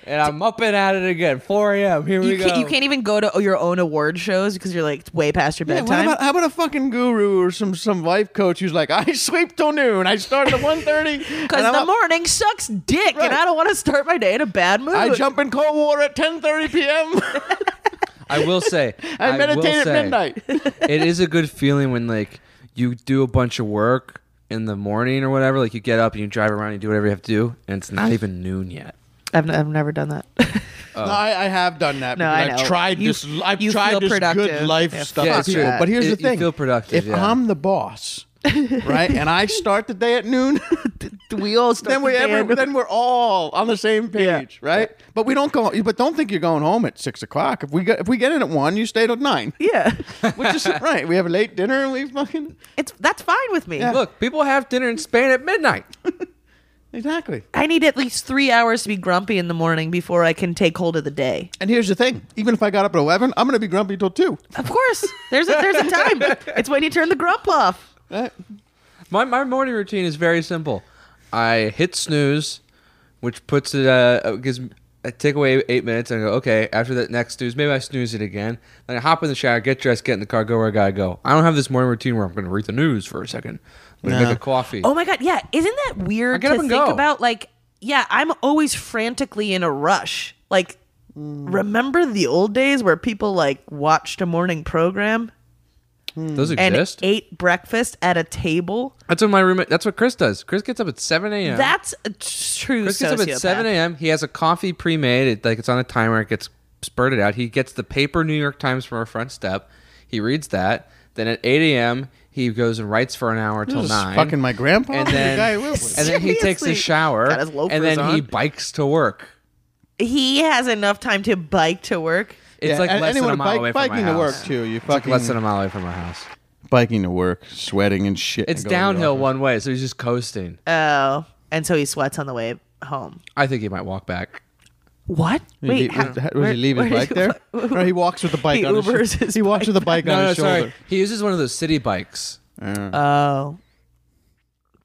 C: and I'm up and at it again. 4 a.m. Here we
A: You
C: go.
A: can't, you can't even go to your own award shows because you're like way past your
B: Yeah, what
A: bedtime.
B: about, how about a fucking guru or some some life coach who's like, I sleep till noon. I start at 1:30
A: [laughs]
B: and
A: because
B: I'm
A: the
B: up-
A: morning sucks dick,
B: Right.
A: and I don't want to start my day in a bad mood.
B: I jump in cold water at 10:30
A: [laughs]
B: p.m.
C: I will say.
B: I,
C: will
B: meditate at
C: say-
B: midnight.
C: it is a good feeling when like you do a bunch of work in the morning or whatever. Like you get up and you drive around, you do whatever you have to do, and it's not even noon yet.
A: I've, n- I've never done that. [laughs]
B: No, I, I have done that.
A: No,
B: because
A: I
B: I've
A: know.
B: tried
A: You-
B: this. I've
A: you feel
B: tried this
A: productive.
B: good life
A: Yeah,
B: stuff.
C: fuck
B: with people.
C: that.
B: But here's
C: It-
B: the
C: you
B: thing:
C: feel productive,
B: If
C: yeah.
B: I'm the boss, right, and I start the day at noon, [laughs]
A: we all start
B: then we
A: the day
B: ever,
A: in-
B: then we're all on the same page, right? But we don't go. But don't think you're going home at six o'clock. If we get if we get in at one, you stay till nine,
A: [laughs]
B: [laughs]
A: yeah,
B: which
A: [laughs]
B: is right. We have a late dinner and we fucking
A: it's that's fine with me.
C: Look, people have dinner in Spain at midnight.
B: exactly.
A: I need at least three hours to be grumpy in the morning before I can take hold of the day.
B: And here's the thing: even if I got up at eleven, I'm gonna be grumpy till two.
A: Of course, there's a, there's
B: [laughs]
A: a time. It's when you turn the grump off.
B: Right?
C: My my morning routine is very simple. I hit snooze, which puts it uh gives me- I take away eight minutes and I go okay. After that next snooze, maybe I snooze it again. Then I hop in the shower, get dressed, get in the car, go where I gotta go. I don't have this morning routine where I'm gonna read the news for a second. I'm gonna make a coffee.
A: Oh my god, Oh yeah. Isn't that weird
C: get
A: to
C: up and
A: think
C: go.
A: about? Like yeah, I'm always frantically in a rush. Like, remember the old days where people like watched a morning program
C: Those
A: and
C: exist.
A: ate breakfast at a table?
C: that's what my roommate. That's what Chris does. Chris gets up at seven a.m.
A: That's a true
C: Chris gets
A: sociopath.
C: up at 7 a.m. He has a coffee pre-made. It, like it's on a timer. It gets spurted out. He gets the paper New York Times from our front step. He reads that. Then at 8 a.m. he goes and writes for an hour till
B: This is
C: nine.
B: fucking my grandpa.
C: and
B: the [laughs]
C: then,
B: guy I live with.
C: and then he takes
A: Seriously.
C: a shower.
A: Got his loafers
C: And then he
A: on.
C: bikes to work.
A: He has enough time to bike to work.
C: It's
B: Yeah,
C: like
B: and-
C: less
B: anyone
C: than a mile
B: bike-
C: away from
B: biking
C: my
B: to work
C: house.
B: too. You
C: It's like
B: fucking
C: less than a mile away from our house.
B: biking to work, sweating and shit.
C: It's
B: and going to the
C: downhill
B: office.
C: one way, so he's just coasting.
A: Oh, and so he sweats on the way home.
C: I think he might walk back.
A: What?
B: Did he-
A: Wait, how-
B: was, was
A: where-
B: he leave his
A: where
B: bike
A: did
B: there?
A: you-
B: No, he walks with the bike.
A: He
B: on his
A: Ubers
B: shou-
A: his
B: he walks with the bike
C: No,
B: on
C: no,
B: his
C: sorry. [laughs]
B: shoulder.
C: He uses one of those city bikes.
A: [laughs] Oh,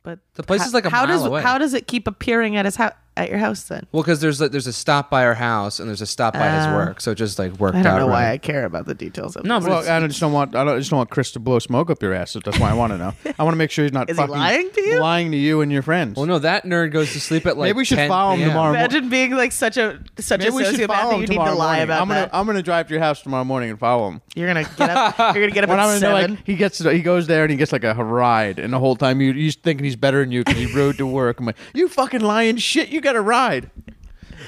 A: but
C: The place
A: ho-
C: is like a
A: how
C: mile
A: does
C: away.
A: how does it keep appearing at his house at your house then?
C: Well, because there's a, there's a stop by our house and there's a stop by his work, so it just like worked
A: Uh, I don't
C: out.
A: know why I
C: right.
A: care about the details of
C: No,
A: this.
C: but
B: Well,
C: it's-
B: I don't- just don't want. I, don't, I just don't want Chris to blow smoke up your ass. That's why I want to know. I want to make sure he's not
A: Is he
B: fucking
A: lying to you?
B: lying to you and your friends.
C: well, no, that nerd goes to sleep at like.
B: Maybe we should
C: 10
B: follow him
C: p.m.
B: tomorrow.
A: imagine being like such a such
B: Maybe
A: a
B: we should
A: sociopath
B: follow
A: that
B: him
A: you need to
B: tomorrow
A: lie
B: morning.
A: about
B: I'm gonna
A: that.
B: I'm gonna drive to your house tomorrow morning and follow him.
A: you're gonna get up. You're gonna get up
B: When
A: at
B: I'm gonna,
A: seven.
B: like, he gets he goes there and he gets like a ride, and the whole time you he's thinking he's better than you because he rode to work. I'm like, you fucking lying shit, you got a ride.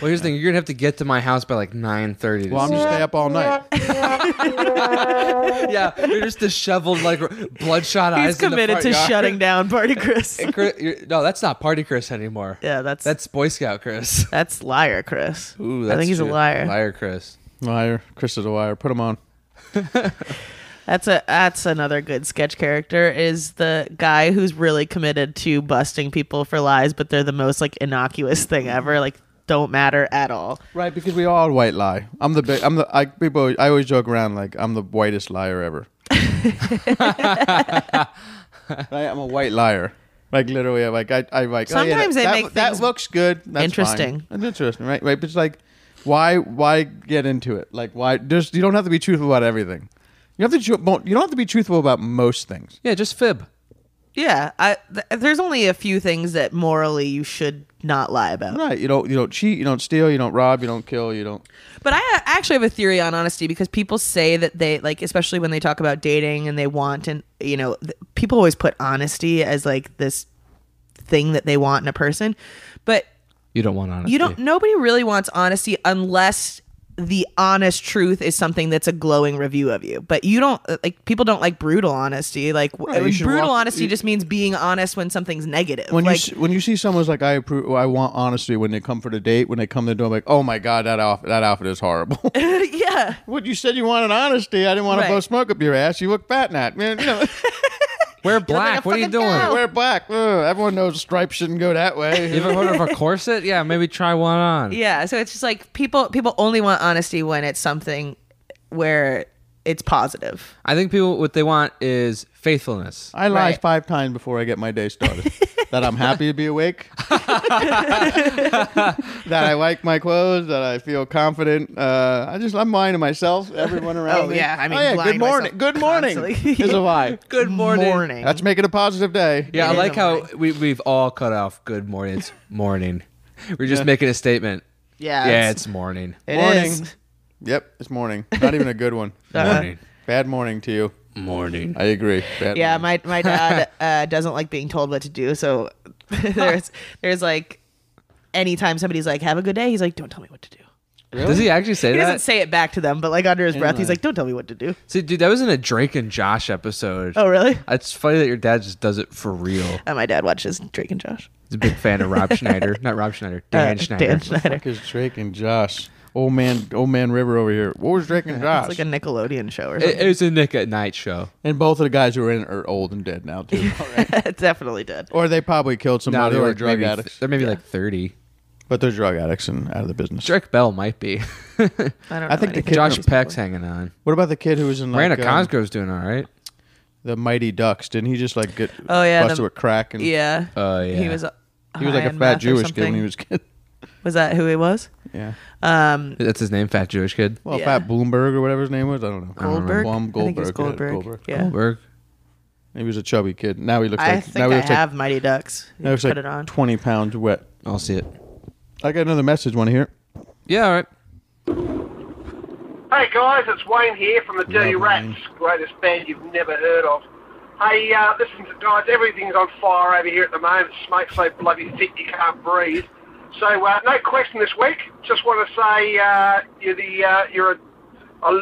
C: Well, here's the thing: you're gonna have to get to my house by like nine thirty.
B: Well, I'm just stay up all night.
C: [laughs] yeah, you're just disheveled, like bloodshot
A: He's
C: eyes.
A: committed to
C: [laughs]
A: shutting down Party Chris.
C: down. No, that's not party Chris anymore.
A: [laughs] yeah, that's that's
C: that's Boy Scout Chris. [laughs]
A: that's liar Chris.
C: Ooh,
A: I
C: that's
A: think he's a
C: true.
A: liar.
C: Liar Chris.
B: Liar, Chris is a liar. Put him on.
A: That's a that's another good sketch character is the guy who's really committed to busting people for lies, but they're the most like innocuous thing ever. Like don't matter at all.
B: Right, because we all white lie. I'm the big. I'm the. I people. I always joke around like I'm the whitest liar
A: [laughs]
B: ever. right, I'm a white liar. Like literally, I like I, I like. oh, yeah,
A: Sometimes
B: that,
A: they
B: that-
A: make
B: that
A: things
B: looks good. That's fine.
A: interesting.
B: That's interesting, right? Right, but it's like, why, why get into it? Like, why? Just you don't have to be truthful about everything. You have to. ju- You don't have to be truthful about most things.
C: Yeah, just fib.
A: Yeah, I th- there's only a few things that morally you should not lie about.
B: Right. You don't. You don't cheat. You don't steal. You don't rob. You don't kill. You don't.
A: But I ha- actually have a theory on honesty because people say that they like, especially when they talk about dating and they want, and you know, th- people always put honesty as like this thing that they want in a person, but
C: You don't want honesty.
A: you don't. Nobody really wants honesty unless the honest truth is something that's a glowing review of you. But you don't uh, like people don't like brutal honesty. Like w-
B: Right, you should
A: brutal
B: walk-
A: honesty
B: you-
A: just means being honest when something's negative.
B: when
A: like
B: you s- when you see someone's like I approve, I want honesty when they come for the date. When they come to the door, I'm like oh my god, that outfit, that outfit is
A: [laughs]
B: horrible.
A: [laughs]
B: [laughs]
A: yeah,
B: what you said you wanted honesty. I didn't want to
A: Right.
B: blow smoke up your ass. You look fat, Nat. Man, you know,
A: [laughs]
B: [laughs]
C: Wear black. what are you
A: fucking
C: doing?
A: cow.
B: wear black. Ugh, everyone knows stripes shouldn't go that
A: [laughs]
C: You
B: way.
C: ever heard of a corset? Yeah, maybe try one on.
A: yeah. So it's just like people people only want honesty when it's something where it's positive.
C: I think people what they want is faithfulness.
B: I lie
A: Right.
B: five times before I get my day
A: [laughs]
B: started. that I'm happy to be awake. [laughs] that I like my clothes. That I feel confident. Uh, I just I'm lying to myself. Everyone around
A: [laughs] Oh,
B: me.
A: yeah, I mean,
B: good
A: lying to myself
B: morning. Good morning
A: constantly.
B: is a
A: [laughs]
B: lie.
A: Good morning. Morning.
B: Let's make it a positive day.
C: Yeah, I
A: is
C: like
A: a
C: how
A: morning.
C: we, we've all cut off good morning. It's
A: [laughs]
C: morning. We're just making a statement.
A: Yeah.
C: yeah, it's morning.
A: it
B: morning.
A: is. Uh,
B: Yep, it's morning. Not even a good
A: [laughs]
B: one.
C: Morning.
B: Bad morning to you.
C: Morning.
B: I agree. Bad
A: Yeah,
B: morning.
A: my my dad uh, doesn't like being told what to do. So [laughs] there's there's like anytime somebody's like, "Have a good day," he's like, "Don't tell me what to do."
C: Does he actually say
A: He
C: that?
A: doesn't say it back to them, but like under his breath, he's like, "Don't tell me what to do."
C: See, dude, that was in a Drake and Josh episode.
A: Oh, really?
C: It's funny that your dad just does it for real.
A: And my dad watches Drake and Josh.
C: He's a big fan
A: [laughs]
C: of Rob Schneider. Not Rob Schneider,
A: Uh,
C: Dan Schneider.
A: Dan Schneider.
B: Fuck is Drake and Josh. Old man, old man River over here. What was Drake and Josh?
A: [laughs] It's like a Nickelodeon show or
C: It,
A: something.
C: it was a Nick at Night show.
B: and both of the guys who were in it are old and dead now
A: [laughs]
B: too.
A: It definitely did.
B: or they probably killed
C: No,
B: somebody
C: they
B: or
C: were
B: drug
C: maybe,
B: addicts.
C: They're maybe like 30.
B: but they're drug addicts and out of the business.
C: Drake Bell might be. [laughs]
A: I don't.
B: I
A: know
B: think the
A: anything
B: kid-
A: about
C: Josh
A: these
C: Peck's
A: people.
C: hanging on.
B: What about the kid who was in like,
C: Miranda
B: um,
C: Cosgrove's doing all right.
B: the Mighty Ducks? Didn't he just like get
A: Oh, yeah,
B: busted
A: the-
B: with crack and
A: Yeah.
C: Oh,
A: He
C: yeah.
A: was. uh,
B: he was like
A: high
B: a fat
A: on meth or
B: Jewish kid when
A: something.
B: he was a kid.
A: Was that who he was?
B: Yeah,
A: Um,
C: That's his name, Fat Jewish Kid.
B: well,
A: Yeah.
B: Fat Bloomberg or whatever his name was. I don't know.
A: Goldberg.
B: Blum,
A: I think
B: Goldberg.
A: he's
B: yeah,
A: Goldberg. Yeah.
C: Berg.
B: He was a chubby kid. Now he looks
A: I
B: like
A: think
B: now he
A: I
B: looks like
A: have Mighty Ducks. You
B: That looks
A: put
B: like
A: it on.
B: twenty pounds wet.
C: I'll see it.
B: I got another message. Want to hear? it?
C: Yeah, all right.
H: Hey guys, it's Wayne here from the Dirty
B: Love
H: Rats,
B: Wayne.
H: greatest band you've never heard of. Hey, uh, listen to guys, everything's on fire over here at the moment. Smoke's so bloody thick you can't breathe. So, uh, no question this week. Just want to say uh, you're the uh, you're a, a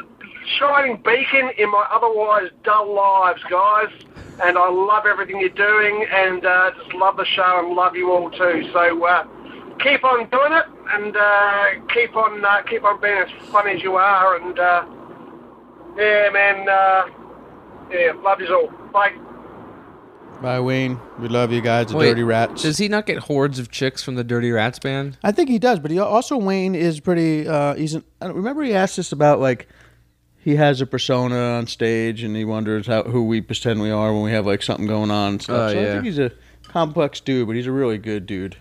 H: shining beacon in my otherwise dull lives, guys. And I love everything you're doing, and uh, just love the show and love you all too. So. Uh, keep on doing it and uh, keep on uh, keep on being as fun as you are and uh, yeah man uh, yeah love you all bye
B: Bye, Wayne. We love you guys, the
C: Wait,
B: Dirty Rats.
C: Does he not get hordes of chicks from the Dirty Rats band?
B: I think he does, but he also Wayne is pretty. Uh, he's an, I don't, remember he asked us about like he has a persona on stage and he wonders how who we pretend we are when we have like something going on. And stuff.
C: Oh,
B: so
C: yeah.
B: I think he's a complex dude, but he's a really good dude.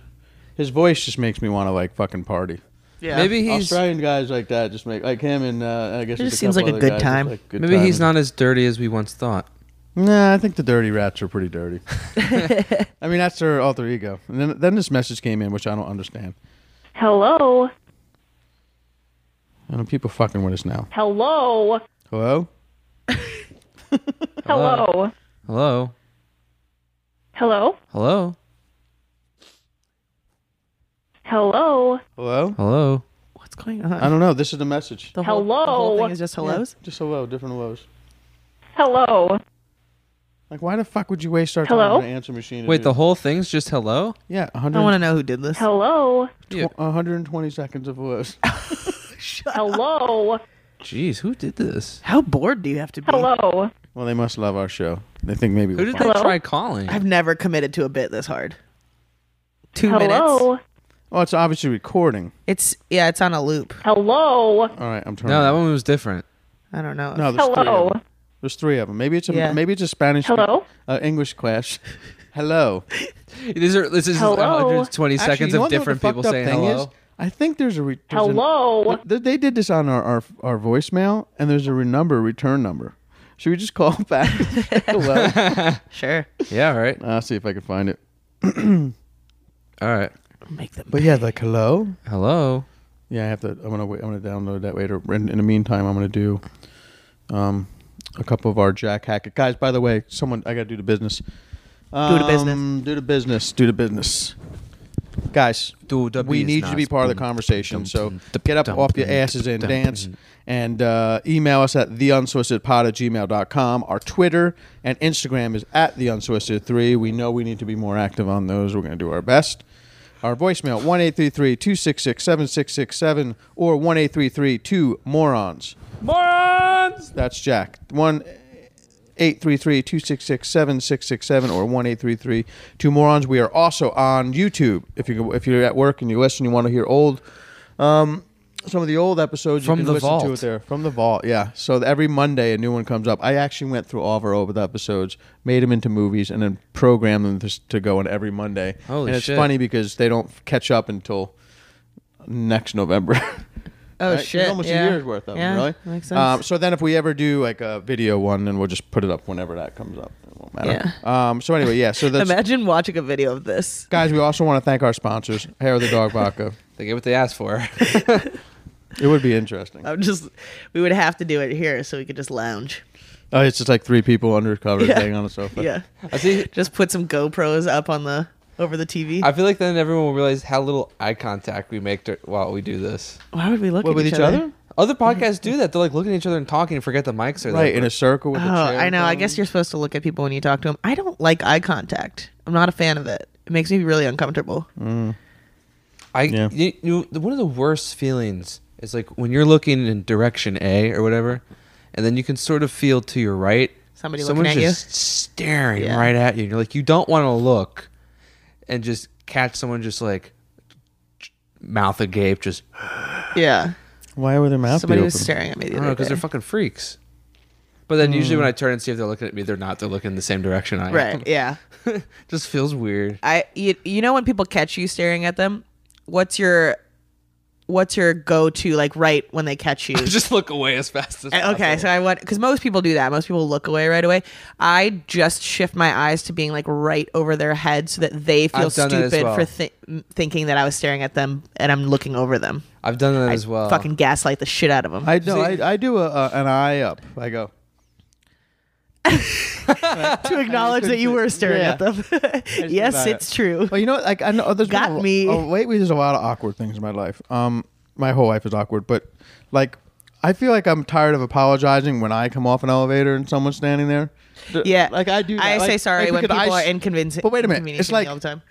B: His voice just makes me want to like fucking party.
A: Yeah.
C: Maybe he's
B: Australian guys like that just make like him and uh, I guess
A: It
B: there's
A: just
B: a
A: seems
B: couple
A: like a
B: other
A: good
B: guys just
A: time.
B: like good
C: maybe
B: time
C: he's
B: and-
C: not as dirty as we once thought.
B: Nah, I think the dirty rats are pretty [laughs] dirty. I mean, that's their alter ego. And then then this message came in, which I don't understand.
I: Hello.
B: I know people fucking with us now.
I: Hello.
B: Hello.
I: Hello.
C: Hello,
I: Hello.
C: hello,
I: Hello.
B: Hello?
C: hello.
A: What's going on?
B: I don't know. This is the message.
A: The whole, the whole
I: Hello.
A: thing is just hellos.
B: Just hello, different hellos.
I: Hello.
B: Like, why the fuck would you waste our
I: Hello?
B: time on an answer machine? to
C: Wait,
B: do-
C: the whole thing's just hello.
B: yeah,
A: I want to
B: 100,
A: know who did this.
I: Hello.
C: Yeah.
B: 120 seconds of hellos. [laughs]
I: Hello.
C: Jeez, who did this?
A: How bored do you have to be?
I: Hello.
B: well, they must love our show. They think maybe.
C: Who
B: we're
C: did
B: fine.
C: they
I: Hello?
C: try calling?
A: I've never committed to a bit this hard. Two minutes.
I: Hello.
B: Oh, it's obviously recording.
A: It's yeah, it's on a loop.
I: Hello.
B: All right, I'm turning.
C: No, that one was different.
A: I don't know.
B: No, there's three.
I: Hello.
B: Of them. There's three of them. Maybe it's a
A: Yeah.
B: maybe it's a Spanish.
I: Hello?
B: Uh, English clash.
C: [laughs]
B: hello.
C: These are this is
I: Hello?
C: 120
B: Actually,
C: seconds
B: you know
C: of
B: what the
C: different
B: fucked
C: people
B: up
C: saying
B: thing
C: hello.
B: is? I think there's a re- there's an-
I: Hello.
B: Th- They did this on our, our our voicemail, and there's a re- number return number. Should we just call [laughs]
C: [laughs]
B: back? Hello. [laughs]
A: Sure.
C: Yeah, all right,
B: I'll see if I can find it.
C: all right.
A: Make them.
B: But yeah, like hello.
C: Hello.
B: Yeah, I have to. I'm gonna wait. I'm gonna download that later. In, in the meantime, I'm gonna do, um, a couple of our Jack Hackett guys. By the way, someone I gotta do the business.
A: Do the business.
B: Um, Do the business. Do the business. Guys,
C: Do the
B: we need you to be
C: business.
B: part of
A: Mm.
B: the conversation. So
C: Dum,
B: get up
C: dum,
B: off your
C: dum,
B: asses and
C: dum,
B: dance.
C: dum.
B: And uh, email us at theunsolicitedpod at gmail.com. Our Twitter and Instagram is at theunsolicited3. We know we need to be more active on those. We're going to do our best. Our voicemail, 1 266 7667 or 1 2 morons.
C: Morons.
B: That's Jack. 1 266 7667 or 1 2 morons. We are also on YouTube. If, you, if you're at work and you listen, you want to hear old. Um, some of the old episodes
C: From
B: you can
C: the
B: listen to
C: vault.
B: it there from the vault yeah so every monday a new one comes up i actually went through all of our old episodes made them into movies and then programmed them to, to go on every monday
C: Holy
B: and it's
C: shit.
B: funny because they don't catch up until next november [laughs]
A: Oh
B: right? It's
A: shit!
B: Almost
A: yeah.
B: a year's worth of
A: yeah,
B: them, really.
A: Makes sense.
B: Um, so then, if we ever do like a video one, then we'll just put it up whenever that comes up. It won't matter. Um, so anyway, yeah.
A: [laughs]
B: So that's,
A: Imagine watching a video of this.
B: guys, we also want to thank our sponsors, Hair of the Dog Vodka.
C: They get what they asked for.
B: it would be interesting.
A: I'm just. We would have to do it here so we could just lounge.
B: Oh, it's just like three people undercover
A: Yeah.
B: laying on a sofa.
A: Yeah.
C: [laughs] I see.
A: just put some GoPros up on the over the TV.
C: [laughs] I feel like then everyone will realize how little eye contact we make dur- while we do this.
A: Why would we look
B: What
A: at
B: with
A: each other?
C: Other podcasts do that. They're like looking at each other and talking and forget the mics are
B: Mhm. Right in
C: there.
B: a circle with a
A: Oh,
B: chair
A: I know. I
B: thing.
A: guess you're supposed to look at people when you talk to them. I don't like eye contact. I'm not a fan of it. It makes me really uncomfortable.
C: I
B: Yeah.
C: you, you, the- one of the worst feelings is like when you're looking in direction A or whatever, and then you can sort of feel to your right
A: Somebody looking at
C: someone's
A: you?
C: just staring
A: Yeah.
C: right at you. And you're like you don't want to look, and just catch someone just like mouth agape, just
A: Yeah.
B: Why were their mouths
A: Somebody
B: open?
A: was staring at me the
C: I
A: other
C: don't know
A: day.
C: because they're fucking freaks. But then
B: Hmm.
C: usually when I turn and see if they're looking at me, they're not. They're looking in the same direction I am.
A: right. Yeah.
C: just feels weird. [laughs]
A: I you, you know when people catch you staring at them, what's your what's your go to like right when they catch [laughs] you?
C: Just look away as fast as
A: Uh, Okay, so I went because most people do that. Most people look away right away. I just shift my eyes to being like right over their head so that they feel
C: I've done that as
A: stupid
C: well.
A: for thi- m- thinking that I was staring at them and I'm looking over them.
C: I've done that as well.
A: Fucking [laughs] gaslight the shit out of them. [laughs]
B: I [laughs] do. I, I do a, a, an eye up. I go.
A: to acknowledge that you were staring
B: Yeah. [laughs]
A: at them. yes, [laughs]
B: about it.
A: it's true.
B: Well, you know, what? like I know there's
A: Got
B: been a,
A: me.
B: Oh, wait, there's a lot of awkward things in my life. Um, my whole life is awkward, but like I feel like I'm tired of apologizing when I come off an elevator and someone's standing there. D-
A: Yeah,
B: like I do. That.
A: I
B: Like,
A: say sorry
B: like,
A: when people
B: because I
A: are
B: s-
A: inconvincing.
B: But wait a minute,
A: inconveniencing
B: it's
A: me
B: like
A: all the time.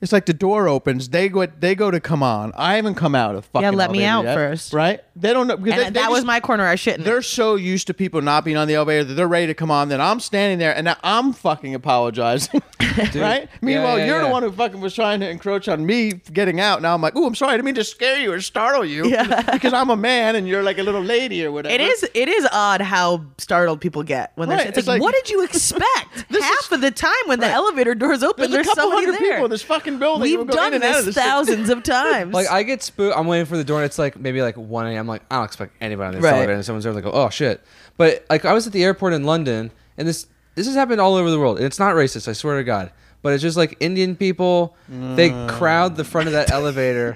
B: it's like the door opens. They go. They go to come on. I haven't come out of fucking.
A: let me
B: elevator
A: out
B: yet,
A: first.
B: Right? They don't know because
A: And
B: they,
A: that
B: they
A: was
B: just-
A: my corner. I shouldn't.
B: They're so used to people not being on the elevator that they're ready to come on. Then I'm standing there and now I'm fucking apologizing, [laughs] right? Meanwhile,
C: yeah,
B: you're
C: yeah.
B: the one who fucking was trying to encroach on me getting out. Now I'm like, oh, I'm sorry, I didn't mean to scare you or startle you
A: Yeah.
B: [laughs] because I'm a man and you're like a little lady or whatever.
A: It is it is odd how startled people get when they're
B: Right,
A: it's,
B: it's
A: like,
B: like-
A: what did you [laughs] expect?
B: This
A: Half
B: is-
A: of the time when the elevator doors open,
B: There's,
A: there's,
B: a couple
A: somebody
B: hundred
A: there.
B: people in this fucking building. who
A: We've
B: go in
A: done
B: and out
A: this,
B: of this shit.
A: thousands [laughs] of times.
C: Like I get spooked. I'm waiting for the door, and it's like maybe like 1 a.m. Like I don't expect anybody on this
A: Right.
C: elevator, and someone's there like, oh shit. But like I was at the airport in London, and this this has happened all over the world, and it's not racist, I swear to God. But it's just like Indian people, they
A: Mm.
C: crowd the front of
A: [laughs]
C: that elevator.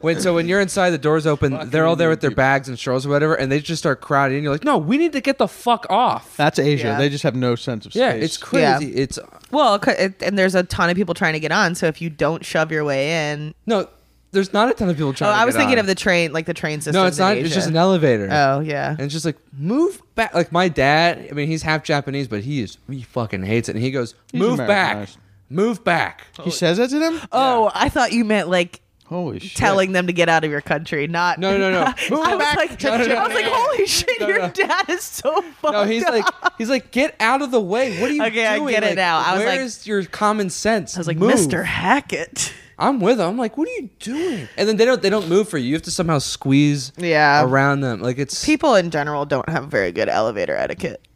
C: When so when you're inside, the doors open, they're all there with their bags and shawls or whatever, and they just start crowding. And you're like, no, we need to get the fuck off.
B: That's Asia.
A: Yeah.
B: They just have no sense of space.
C: Yeah, it's crazy. It's
A: well, c- it- and there's a ton of people trying to get on. So if you don't shove your way in,
C: no, there's not a ton of people
A: oh,
C: trying. to
A: I was
C: get
A: thinking
C: on.
A: of the train, like the train system.
C: No, it's not. It's just an elevator.
A: Oh yeah.
C: And it's just like, move back. Like my dad, I mean, he's half Japanese, but he is, he fucking hates it. And he goes, move back,
B: Americanized.
C: move back.
B: He says that to them.
A: Oh, I thought you meant like
B: Holy shit!
A: telling them to get out of your country, not
C: No, no, no.
A: [laughs] I
C: Move
A: was
C: back
A: like,
C: to
A: I was like,
C: Japan.
A: holy shit,
C: No,
A: your
C: no.
A: dad is so fucked
C: No, he's
A: up.
C: like, he's like, get out of the way. What are you
A: Okay, I
C: doing?
A: get it
C: Like,
A: now. I was like-
C: where's your common sense?
A: I was like,
C: Move.
A: Mr. Hackett.
C: I'm with him. I'm like, what are you doing? And then they don't, they don't move for you. You have to somehow squeeze
A: Yeah.
C: around them. Like it's,
A: People in general don't have very good elevator etiquette.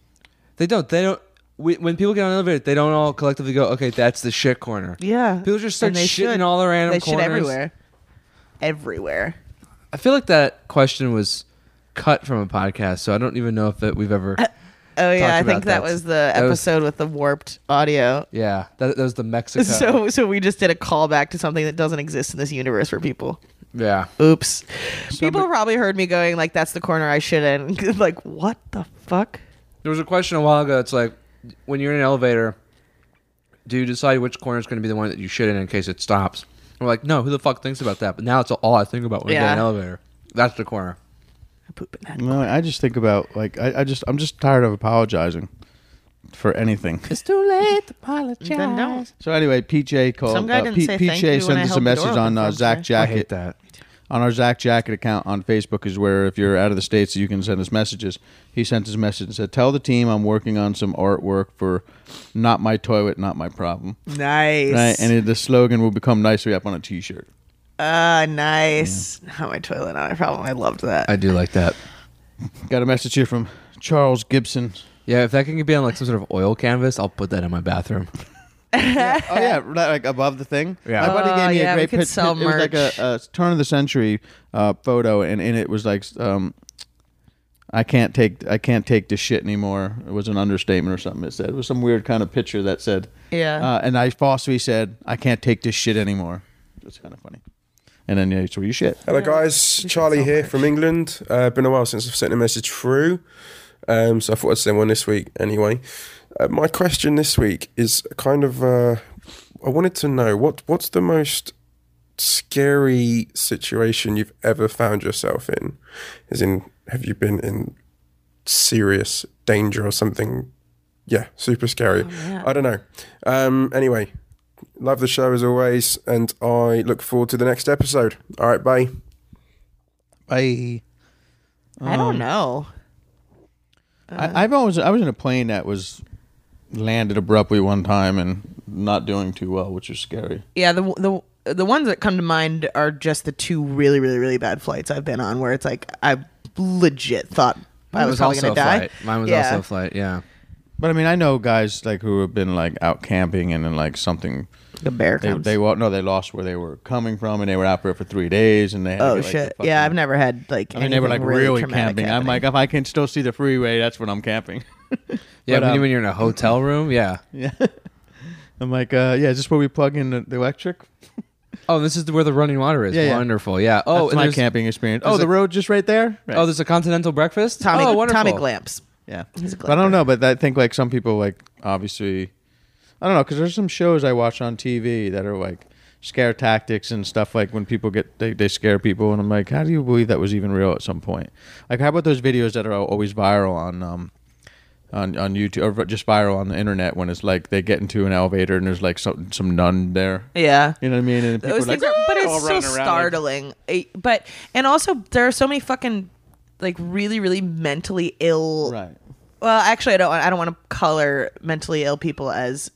C: they don't, they don't. We, when people get on an elevator, they don't all collectively go, "Okay, that's the shit corner."
A: Yeah.
C: people just start
A: And
C: shitting
A: should.
C: all around.
A: They shit
C: corners.
A: everywhere. Everywhere.
C: I feel like that question was cut from a podcast, so I don't even know if that we've ever.
A: Oh yeah, I think
C: Talked about
A: that
C: that.
A: was the
C: That was-
A: episode with the warped audio.
C: Yeah, that, that was the Mexico.
A: [laughs] So so we just did a callback to something that doesn't exist in this universe for people.
C: yeah,
A: Oops. People probably heard me going like that's the corner I should in. [laughs] like what the fuck?
C: there was a question a while ago. It's like when you're in an elevator, do you decide which corner is going to be the one that you shit in in case it stops? And we're like, no, who the fuck thinks about that? But now it's all I think about when I get in an
A: Yeah.
C: elevator. That's the corner.
A: I poop in that.
B: No, I just think about like I, I just I'm just tired of apologizing for anything.
C: It's too late to apologize.
A: Then don't.
B: So anyway, PJ called.
A: Some guy
B: uh,
A: didn't
B: P-
A: say
B: PJ
A: thank you when
B: sent
A: I
B: us a
A: held the door
B: message on
A: open
B: uh,
A: for him
B: Zach
A: today.
C: I
B: Jacket.
C: hate that.
B: On our Zach Jacket account on Facebook is where if you're out of the states, you can send us messages. He sent us a message and said, "Tell the team I'm working on some artwork for Not My Toilet, Not My Problem."
A: Nice.
B: Right, and it, the slogan will become nicely up on a T-shirt.
A: Ah, nice. Not my toilet, not my problem. I loved that.
C: I do like that.
B: Got a message here from Charles Gibson.
C: Yeah, if that can be on like some sort of oil canvas, I'll put that in my bathroom.
B: oh yeah, right, like above the thing.
C: Yeah.
B: my buddy
A: Oh,
B: gave me
A: yeah,
B: a
A: we
B: great
A: could
B: pic-
A: sell
B: It was like a,
A: merch.
B: a turn of the century uh, photo, and in it was like, um, "I can't take, I can't take this shit anymore." It was an understatement or something. It said it was some weird kind of picture that said,
A: Yeah.
B: Uh, and I falsely said, "I can't take this shit anymore." It's kind of funny. And then yeah, it's where you shit.
J: Hello, guys. Charlie here from England. Uh, been a while since I've sent a message through, um, so I thought I'd send one this week anyway. Uh, my question this week is kind of uh, I wanted to know what what's the most scary situation you've ever found yourself in? As in, have you been in serious danger or something? Yeah, super scary.
B: Oh,
J: I don't know. Um, anyway, love the show as always, and I look forward to the next episode. All right, bye.
B: I,
A: I
C: Um,
A: don't know. Uh-huh.
B: I I've always I was in a plane that was landed abruptly one time and not doing too well, which is scary.
A: Yeah, the the the ones that come to mind are just the two really really really bad flights I've been on where it's like I legit thought I was, probably
C: also
A: gonna
C: a
A: die.
C: flight. Mine was
A: Yeah.
C: also a flight. Yeah.
B: But I mean, I know guys like who have been like out camping and then like something
A: a bear
B: They,
A: comes.
B: they well, no, they lost where they were coming from, and they were out there for three days, and they. Had to get,
A: oh
B: like, the
A: shit!
B: fucking-
A: yeah, I've never had like.
B: I mean, they were like
A: anything
B: really
A: traumatic
B: camping. I'm
A: happen.
B: like, oh, if I can still see the freeway, that's when I'm camping. [laughs] But,
C: Yeah, when, you-
B: um,
C: when you're in a hotel room, yeah.
B: Yeah. I'm like, uh, yeah, is this where we plug in the, the electric?
C: Oh, this is where the running water is.
B: Yeah, yeah.
C: Wonderful. Yeah. Oh,
B: That's
C: and
B: my
C: there's-
B: camping experience.
C: there's
B: Oh, the
C: a-
B: road just right there. Right.
C: Oh, there's a continental breakfast.
A: Tommy,
C: oh, wonderful.
A: Tommy Glamps.
B: yeah.
A: He's a
B: But I don't know. But I think like some people like obviously, I don't know because there's some shows I watch on TV that are like scare tactics and stuff like when people get they, they scare people and I'm like, how do you believe that was even real at some point? Like how about those videos that are always viral on um on on YouTube or just viral on the internet when it's like they get into an elevator and there's like some some nun there.
A: Yeah.
B: You know what I mean? And people
A: Those
B: are like,
A: things are, but
B: "Ah!" all
A: it's so
B: running around, like-
A: startling. I- But and also there are so many fucking like really really mentally ill.
B: Right.
A: Well, actually, I don't. I don't want to color mentally ill people as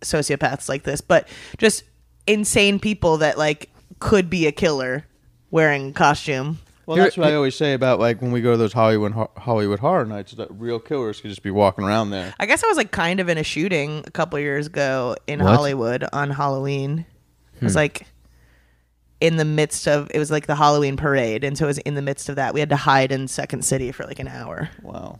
A: sociopaths like this, but just insane people that like could be a killer wearing costume.
B: Well, that's what I always say about like when we go to those Hollywood ho- Hollywood horror nights. That real killers could just be walking around there.
A: I guess I was like kind of in a shooting a couple years ago in
C: What?
A: Hollywood on Halloween. It was like in the midst of it was like the Halloween parade, and so it was in the midst of that. We had to hide in Second City for like an hour.
B: Wow.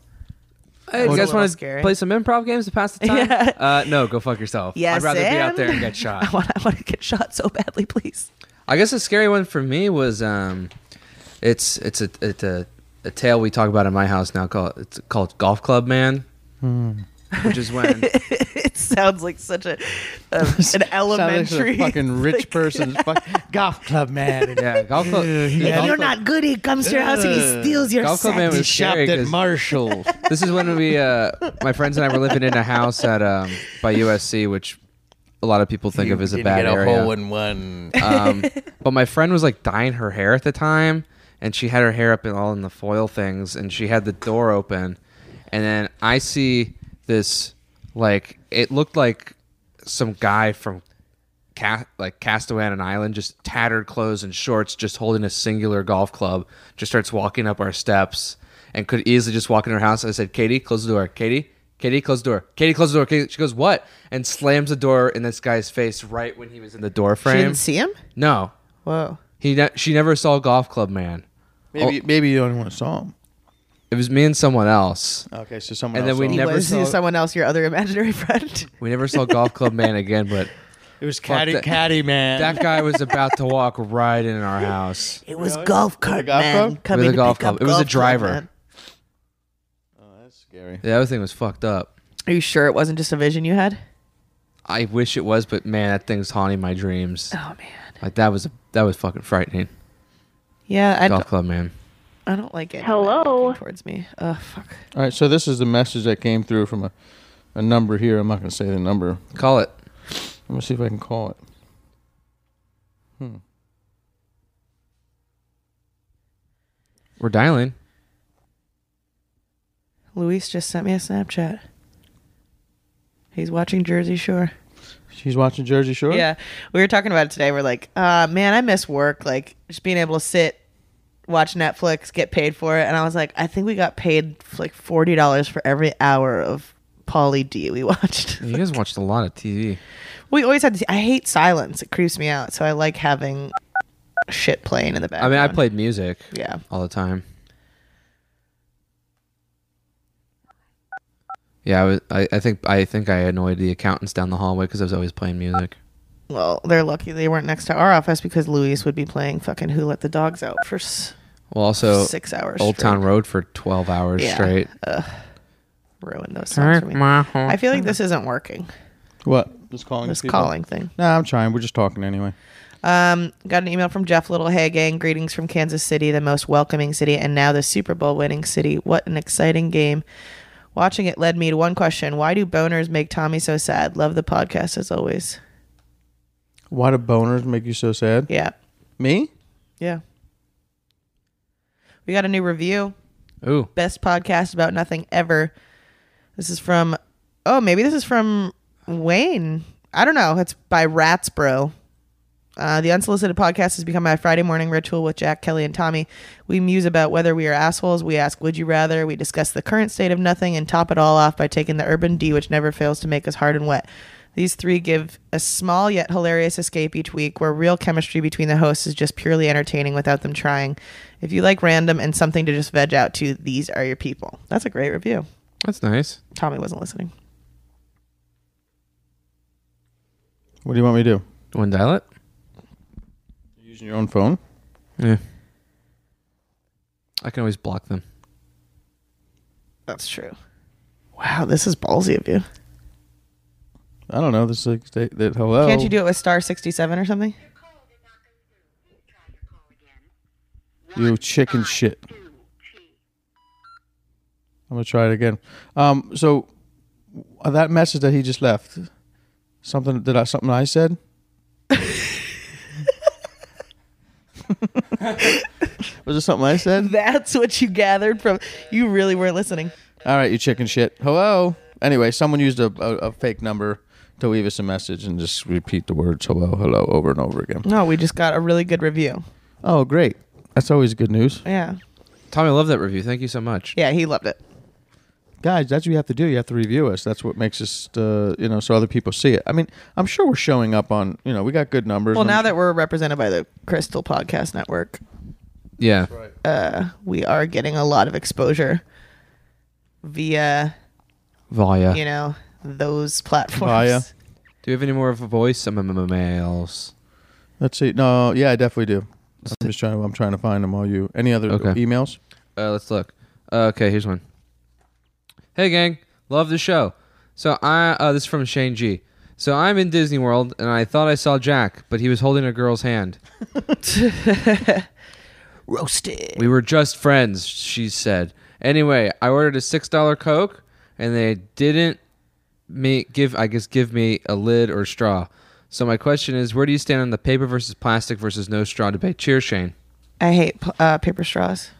C: Hey, you
A: was a
C: guys
A: little
C: want to
A: scary.
C: play some improv games to pass the time?
A: Yeah.
C: [laughs] Uh, no, go fuck yourself.
A: Yes,
C: I'd rather be out there and
A: and- [laughs]
C: get shot.
A: I want, I want to get shot so badly, please.
C: I guess a scary one for me was um, it's it's a it's a, a tale we talk about in my house now called it's called Golf Club Man,
A: Hmm.
C: which is when
A: [laughs] it sounds like such a, a an
B: Sounds like
A: elementary.
B: a fucking
A: [laughs]
B: rich person's fuck, golf club man. [laughs] And
C: yeah Golf Club
A: if
C: Golf
A: you're
C: Club-
A: not good, he comes to your house and he steals your
C: Golf Club Man
A: sack.
C: was scary 'cause
B: Marshall.
C: [laughs] this is when we uh, my friends and I were living in a house at um, by USC, which a lot of people think of as a bad area.
B: in one.
A: [laughs]
C: Um, but my friend was like dyeing her hair at the time, and she had her hair up in all in the foil things, and she had the door open, and then I see this like it looked like some guy from ca- like Castaway on an island, just tattered clothes and shorts, just holding a singular golf club, just starts walking up our steps and could easily just walk in her house. I said, Katie, close the door. Katie, Katie, close the door. Katie, close the door. Katie. She goes, what? And slams the door in this guy's face right when he was in the door
A: she
C: frame.
A: didn't see him.
C: No,
A: Whoa.
C: he ne- she never saw Golf Club Man.
B: [laughs] maybe maybe you don't want to saw him.
C: It was me and someone else.
B: Okay, so someone.
C: And then
B: else
C: we
B: saw him.
C: never-
A: Was
C: saw-
A: he someone else, your other imaginary [laughs] friend?
C: We never saw Golf Club Man again, but
B: It was
C: Caddy- that- Caddy
B: man.
C: that guy was about to walk right in our house.
A: It was golf cart
B: golf
A: man
B: club?
C: With
A: coming
C: a
A: to
C: golf
A: pick up
C: club. It was a
A: golf club
C: driver.
A: man.
B: oh, that's scary.
C: The other thing was fucked up.
A: Are you sure it wasn't just a vision you had?
C: I wish it was, but man, that thing's haunting my dreams.
A: Oh man.
C: Like that was that was fucking frightening.
A: Yeah, I
C: Golf
A: don't,
C: Club Man.
A: I don't like it.
I: Hello?
A: Towards me. Oh fuck.
B: All right, so this is the message that came through from a, a number here. I'm not going to say the number.
C: Call it.
B: I'm going to see if I can call it.
C: We're dialing.
A: Luis just sent me a Snapchat. He's watching Jersey Shore.
B: She's watching Jersey Shore.
A: Yeah, we were talking about it today. We're like, uh, man, I miss work. Like just being able to sit, watch Netflix, get paid for it. And I was like, I think we got paid like forty dollars for every hour of Pauly D we [laughs] watched.
C: You guys watched a lot of TV.
A: we always had. To, I hate silence. It creeps me out. So I like having shit playing in the
C: I
A: background.
C: mean, I played music
A: Yeah.
C: all the time. Yeah, I, was, I, I think I think I annoyed the accountants down the hallway because I was always playing music.
A: Well, they're lucky they weren't next to our office because Luis would be playing fucking Who Let the Dogs Out for s-
C: Well, also
A: six hours.
C: Old Town
A: straight.
C: Road for twelve hours
A: Yeah.
C: straight.
A: ruined those songs for me. I feel like this isn't working.
B: What? Just calling.
A: This
B: people?
A: calling thing.
B: Nah, I'm trying. We're just talking anyway.
A: Um, got an email from Jeff Littlehagen. Greetings from Kansas City, the most welcoming city, and now the Super Bowl winning city. What an exciting game! Watching it led me to one question: Why do boners make Tommy so sad? Love the podcast as always.
B: Why do boners make you so sad?
A: Yeah,
B: Me?
A: yeah. We got a new review.
C: Ooh,
A: best podcast about nothing ever. This is from oh maybe this is from Wayne. I don't know. It's by Rats Bro. Uh, the unsolicited podcast has become my Friday morning ritual with Jack, Kelly, and Tommy. We muse about whether we are assholes. We ask, would you rather? We discuss the current state of nothing and top it all off by taking the urban D, which never fails to make us hard and wet. These three give a small yet hilarious escape each week where real chemistry between the hosts is just purely entertaining without them trying. If you like random and something to just veg out to, these are your people. That's a great review.
C: That's nice.
A: Tommy wasn't listening.
B: What do you want me to do?
C: One dial it.
B: Using your own phone?
C: Yeah. I can always block them.
A: That's true. Wow, this is ballsy of you.
B: I don't know. This is like sta- that. Hello.
A: Can't you do it with star 67 or something?
B: You chicken shit. I'm gonna try it again. Um, so uh, that message that he just left, something did I something I said? [laughs] Was it something I said?
A: That's what you gathered from. You really weren't listening.
B: All right, you chicken shit. Hello. Anyway, someone used a, a, a fake number to leave us a message and just repeat the words hello, hello over and over again.
A: No, we just got a really good review.
B: Oh, great. That's always good news.
A: Yeah.
C: Tommy, I love that review. Thank you so much.
A: Yeah, he loved it.
B: guys that's what you have to do you have to review us that's what makes us uh, you know so other people see it i mean i'm sure we're showing up on you know we got good numbers
A: Well,
B: I'm
A: now
B: sure-
A: that we're represented by the Crystal Podcast Network,
C: Yeah.
A: uh, we are getting a lot of exposure via,
C: Via.
A: you know, those platforms.
B: Via.
C: Do we have any more of a voice? Some males.
B: let's see no yeah i definitely do i'm just trying to i'm trying to find them all you any other
C: Okay.
B: emails
C: Uh, let's look. Uh, okay, here's one. Hey, gang, love the show. So I uh, this is from Shane G. So I'm in Disney World, and I thought I saw Jack, but he was holding a girl's hand.
A: Roasted.
C: We were just friends, she said. Anyway, I ordered a six dollar Coke, and they didn't me give I guess give me a lid or straw. So my question is, where do you stand on the paper versus plastic versus no straw debate? Cheers, Shane.
A: I hate pl- uh, paper straws,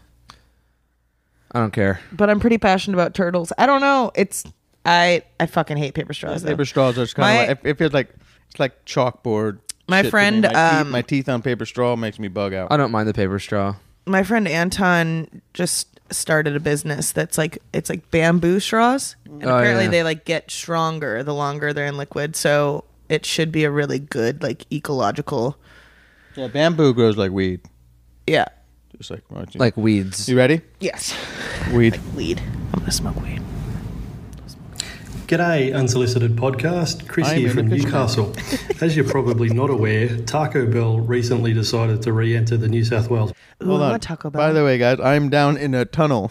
C: I don't care.
A: but I'm pretty passionate about turtles. I don't know. It's I I fucking hate paper straws. though.
B: paper straws are kind
A: My-
B: of like if, if it's like it's like chalkboard
A: My
B: shit to me.
A: friend,
B: my, teeth-
A: um,
B: my teeth on paper straw makes me bug out
C: I don't mind the paper straw.
A: my friend Anton just started a business that's like it's like bamboo straws and
C: Oh,
A: apparently
C: yeah.
A: they like get stronger the longer they're in liquid so it should be a really good like ecological
B: yeah bamboo grows like weed
A: yeah
B: just like right, you-
C: Like weeds.
B: you ready
A: yes
B: weed
A: weed i'm gonna smoke weed
K: G'day, unsolicited podcast. Chris
B: I'm
K: here
B: in
K: from
B: the kitchen.
K: Newcastle. As you're probably not aware, Taco Bell recently decided to re enter the New South Wales.
A: Ooh,
B: Hold
A: I
B: on.
A: wanna talk about
B: By the way, guys, I'm down in a
A: [laughs]
B: tunnel.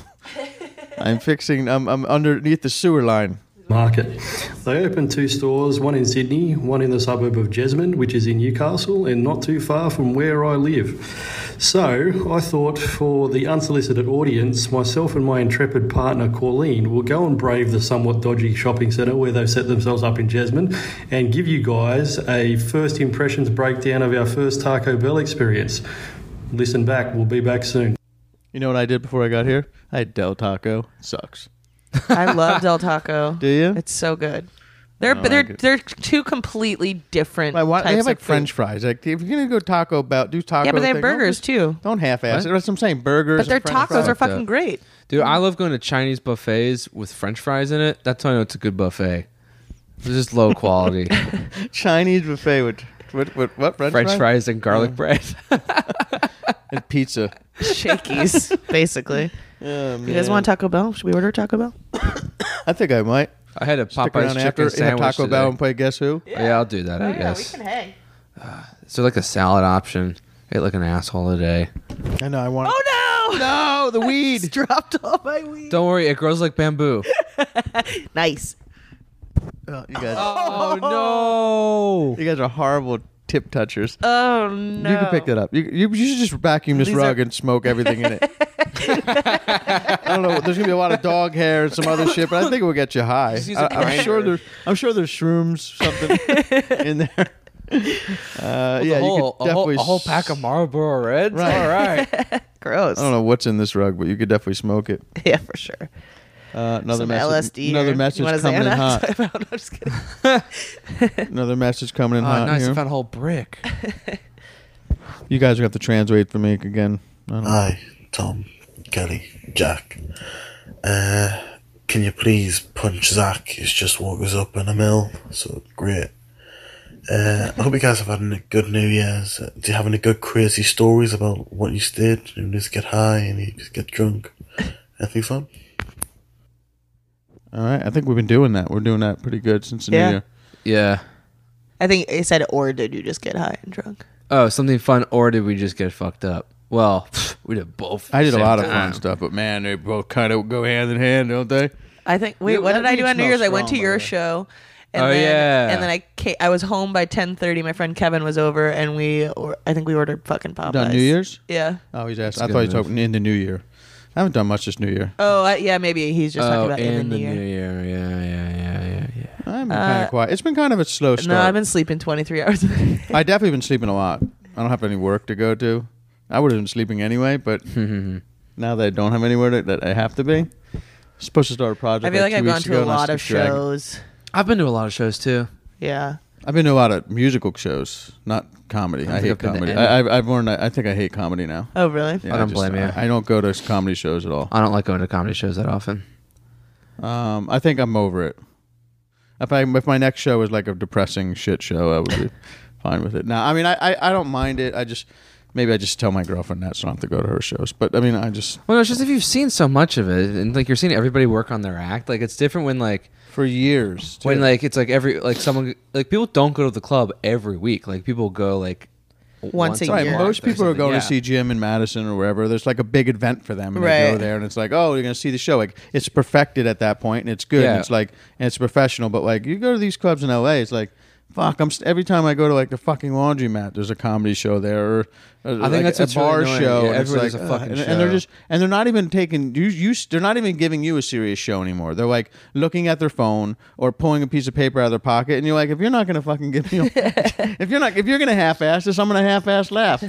B: I'm fixing. I'm, I'm underneath the sewer line.
K: market. They opened two stores, one in Sydney, one in the suburb of Jesmond, which is in Newcastle and not too far from where I live. So I thought for the unsolicited audience, myself and my intrepid partner Corleen will go and brave the somewhat dodgy shopping centre where they've set themselves up in Jesmond and give you guys a first impressions breakdown of our first Taco Bell experience. Listen back, we'll be back soon.
B: You know what I did before I got here? I had Del Taco. Sucks.
A: i love del taco
B: [laughs] Do you?
A: it's so good they're
B: I
A: but they're
B: like it.
A: they're two completely different
B: My wife,
A: types
B: they have like
A: of food.
B: French fries. Like if you're gonna go Taco Bell, do Taco.
A: yeah but they have
B: thing. Don't
A: burgers
B: just-
A: too
B: Don't half-ass. it. That's what I'm saying. Burgers.
A: but their
B: and French
A: tacos are
B: fries.
C: fucked
A: fucking
C: up.
A: great
C: Dude, I love going to Chinese buffets with French fries in it. That's how I know it's a good buffet. It's just
B: [laughs]
C: low quality
B: Chinese buffet with what what, what French,
C: French
B: fries?
C: fries and garlic bread. [laughs]
B: and pizza.
A: shakies [laughs] basically you guys want taco bell should we order taco bell
B: I think I might
C: I had a
B: stick
C: Popeye's
B: around
C: chicken
B: after in a
C: sandwich.
B: Taco
C: today.
B: Bell and play Guess Who.
C: Oh, Yeah. I'll do that. I guess.
A: hang
C: Is there like a salad option? Ate like an asshole today.
B: I know. I want.
A: oh no
B: no, the weed.
A: dropped all my weed.
C: Don't worry, it grows like bamboo.
A: [laughs] Nice.
B: [laughs] Oh, you guys.
C: oh no!
B: You guys are horrible tip touchers.
A: Oh no.
B: You can pick that up. You, you, you should just vacuum this
A: These
B: rug
A: are-
B: and smoke everything in
C: [laughs]
B: it. I don't know. There's gonna be a lot of dog hair and some other shit, but I think it will get you high.
C: use
B: I,
C: a
B: I'm sure
C: grinder.
B: there's I'm sure there's shrooms
C: [laughs]
B: something in there. Uh, yeah,
C: a
B: you
C: whole,
B: could
C: a whole,
B: definitely
C: a whole
B: s-
C: pack of Marlboro Reds.
B: Right. [laughs]
C: All right.
A: Gross.
B: I don't know what's in this rug, but you could definitely smoke it.
A: Yeah, for sure.
B: Uh, another
A: Some
B: message.
A: LSD.
B: another
A: or-
B: message
A: you wanna say
B: coming in
A: that?
C: [laughs]
B: hot.
A: [laughs] I found- I'm just kidding. [laughs]
B: Another message coming in
C: Oh,
B: hot.
C: nice.
B: here.
C: I found a
B: [laughs]
C: whole brick.
B: You guys are gonna have to translate for me again. I don't know.
L: Hi, Tom, Kelly, Jack. Uh, can you please punch Zach? He's just woke us up in a mill. So great. Uh, I hope you guys have had a good New Year's. Uh, Do you have any good crazy stories about what you did? You just get high and you just get drunk. Anything fun?
B: All right. I think we've been doing that. We're doing that pretty good since the
A: Yeah.
B: new year.
C: Yeah.
A: I think it said, or did you just get high and drunk?
C: Oh, something fun, or did we just get fucked up? Well, [laughs] we did both.
B: I did a
C: Same
B: lot of
C: time.
B: fun stuff, but man, they both kind of go hand in hand, don't they?
A: I think. Wait,
C: Yeah,
A: what
C: that
A: did I do
C: beach
A: on New
C: smells
A: Year's? I went to
C: strong, by
A: your show. And
C: Oh,
A: then,
C: yeah.
A: And then I ca I was home by ten thirty. My friend Kevin was over, and we or, I think we ordered fucking Popeyes.
B: Done New Year's?
A: Yeah.
B: Oh, he's
C: That's
B: asking.
C: a
B: I
C: good
B: thought he was
C: move.
B: talking in the new year. I haven't done much this new year.
A: Oh I, yeah, maybe he's just talking
C: oh,
A: about
C: in,
A: in the New Year.
C: Yeah, yeah, yeah, yeah, yeah.
B: I've been
A: Uh,
B: kind of quiet. It's been kind of a slow start.
A: No, I've been sleeping twenty three hours. a day.
B: I definitely been sleeping a lot. I don't have any work to go to. I would have been sleeping anyway, but
C: Hmm. Mm-hmm,
B: now that I don't have anywhere to, that I have to be, supposed to start a project.
A: [laughs] I feel like
B: two
A: I've gone
B: weeks
A: to
B: ago
A: a
B: and I
A: lot of
B: keep dragging-
A: shows.
C: I've been to a lot of shows too.
A: Yeah.
B: I've been to a lot of musical shows, not comedy.
C: I
B: I,
C: think
B: hate
C: I've been to
B: comedy.
C: any.
B: I, I've, I've learned. I I think I hate comedy now.
A: Oh, really?
C: I don't
B: just-
C: blame you.
B: I, I don't go to comedy shows at all.
C: I don't like going to comedy shows that often.
B: Um, I think I'm over it. If I if my next show is like a depressing shit show, I
C: [laughs]
B: would be fine with it. Now, I mean, I, I I don't mind it. I just maybe I just tell my girlfriend that so I don't have to go to her shows. But I mean, I just
C: Well, no, it's just if you've seen so much of it, and like you're seeing everybody work on their act, like it's different when like
B: for years
C: when
B: too.
C: like it's like every like someone like people don't go to the club every week. Like people go like
A: Once a
C: month
B: Right,
A: year.
C: or
B: most people are
C: something,
B: going
C: yeah.
B: to see Jim in Madison or wherever. There's like a big event for them, and they go
A: Right.
B: there, and it's like, oh, you're going to see the show. Like it's perfected at that point, and it's good, and
C: Yeah.
B: it's like, and it's professional. But like, you go to these clubs in L.A., it's like, fuck. I'm st- every time I go to like the fucking laundromat, there's a comedy show there, or uh, I
C: think that's
B: a
C: what's really
B: bar
C: annoying.
B: show.
C: Yeah,
B: and it's
C: everywhere there's
B: like,
C: a
B: ugh,
C: fucking
B: and, and they're
C: show.
B: just and they're not even taking you. You they're not even giving you a serious show anymore. They're like looking at their phone or pulling a piece of paper out of their pocket, and you're like, if you're not going to fucking give me, a, [laughs] if you're not if you're going to half-ass this, I'm going to half-ass
A: [laughs]
B: laugh.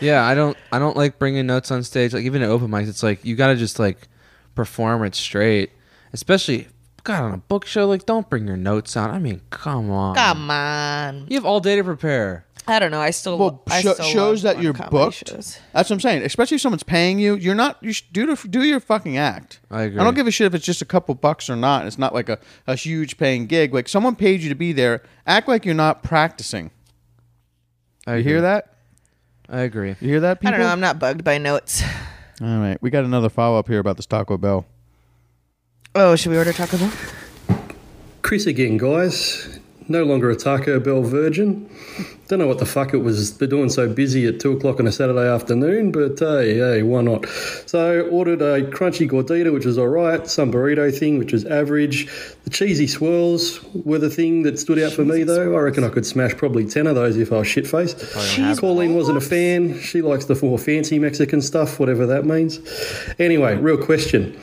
C: Yeah, I don't I don't like bringing notes on stage. Like even at open mics, it's like you got to just like perform it straight. Especially God on a book show, like don't bring your notes out. I mean, come on.
A: Come on.
C: You have all day to prepare.
A: I don't know. I still
B: well
A: I
B: sho-
A: still
B: shows
A: love
B: that you're
A: comedy
B: booked
A: shows.
B: that's what i'm saying especially if someone's paying you you're not you should do the, do your fucking act
C: I agree.
B: i don't give a shit if it's just a couple bucks or not it's not like a, a huge paying gig like someone paid you to be there act like you're not practicing
C: I
B: you hear that
C: I agree.
B: you hear that
A: I
B: people
A: don't know. I'm not bugged by notes.
B: all right we got another follow-up here about this taco bell
A: Oh, should we order Taco Bell?
K: Chris again, guys. No longer a Taco Bell virgin. Don't know what the fuck it was for doing so busy at 2 o'clock on a Saturday afternoon, but hey, hey, why not? So, ordered a crunchy gordita, which was alright, some burrito thing, which was average. The cheesy swirls were the thing that stood out for me, though. I reckon I could smash probably 10 of those if I was shit faced. Pauline wasn't a fan. She likes the more fancy Mexican stuff, whatever that means. Anyway, real question.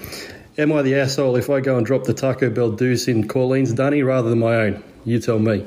K: Am I the asshole if I go and drop the Taco Bell deuce in Corlean's dunny rather than my own? You tell me.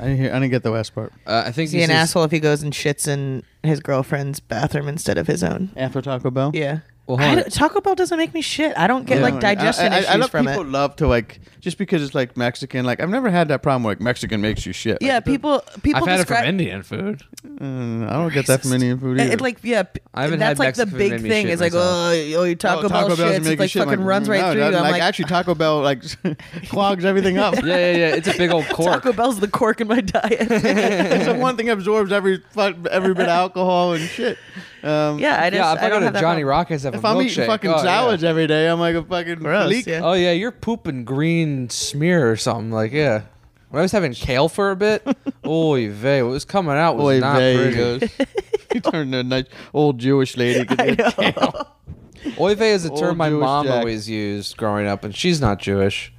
B: i didn't hear i didn't get the last part
C: Uh, I think
A: Is he
C: this
A: an
C: is-
A: asshole if he goes and shits in his girlfriend's bathroom instead of his own?
B: after taco bell
A: Yeah.
C: Well,
A: I
C: hold on.
A: don't- Taco Bell doesn't make me shit. I don't get
B: Yeah.
A: like digestion
B: I, I,
A: issues
B: I love
A: from
B: people
A: it.
B: love to like just because it's like Mexican. Like I've never had that problem where like Mexican makes you shit.
A: Yeah,
B: Like,
A: people people
C: I've had it
A: describe
C: from
A: [laughs]
C: Indian food.
B: mm, I don't get that from Indian food either.
A: It, like yeah, p-
C: I haven't
A: that's
C: had
A: like the
C: Mexican food
A: big
C: made me
A: thing.
C: shit
A: Is like oh,
C: myself.
A: oh, your Taco,
B: Oh,
A: Bell shits,
B: make
A: it's
B: you
A: like
B: shit. I'm
A: fucking
B: like,
A: runs right
B: no, it
A: through you. I'm
B: doesn't.
A: like,
B: actually, Taco Bell like [laughs] clogs everything
A: [laughs]
B: up.
C: Yeah, yeah, yeah. It's a big old cork.
A: Taco Bell's the cork in my [laughs]
B: [laughs]
A: diet.
B: it's the one thing absorbs every fu- every bit of alcohol and shit. Um,
A: yeah, I just
C: yeah, if I,
A: I
C: go
A: don't
C: to
A: have that
C: Johnny
A: problem.
C: Rockets, have
B: if
C: a
B: I'm
C: milkshake.
B: eating fucking
C: oh,
B: salads
C: yeah.
B: every day, I'm like a fucking
A: Gross,
B: leak.
A: yeah.
C: oh yeah, you're pooping green smear or something. Like yeah. When I was having kale for
A: [laughs]
C: a bit, oy vey, what was coming out was
B: Oy
C: not
B: vey, he
C: pretty.
B: goes.
A: [laughs]
B: He turned to a nice old Jewish lady.
A: I know. [laughs]
C: Oy vey is a term
B: Old
C: my
B: Jewish
C: mom
B: Jack.
C: always used growing up, and she's not Jewish.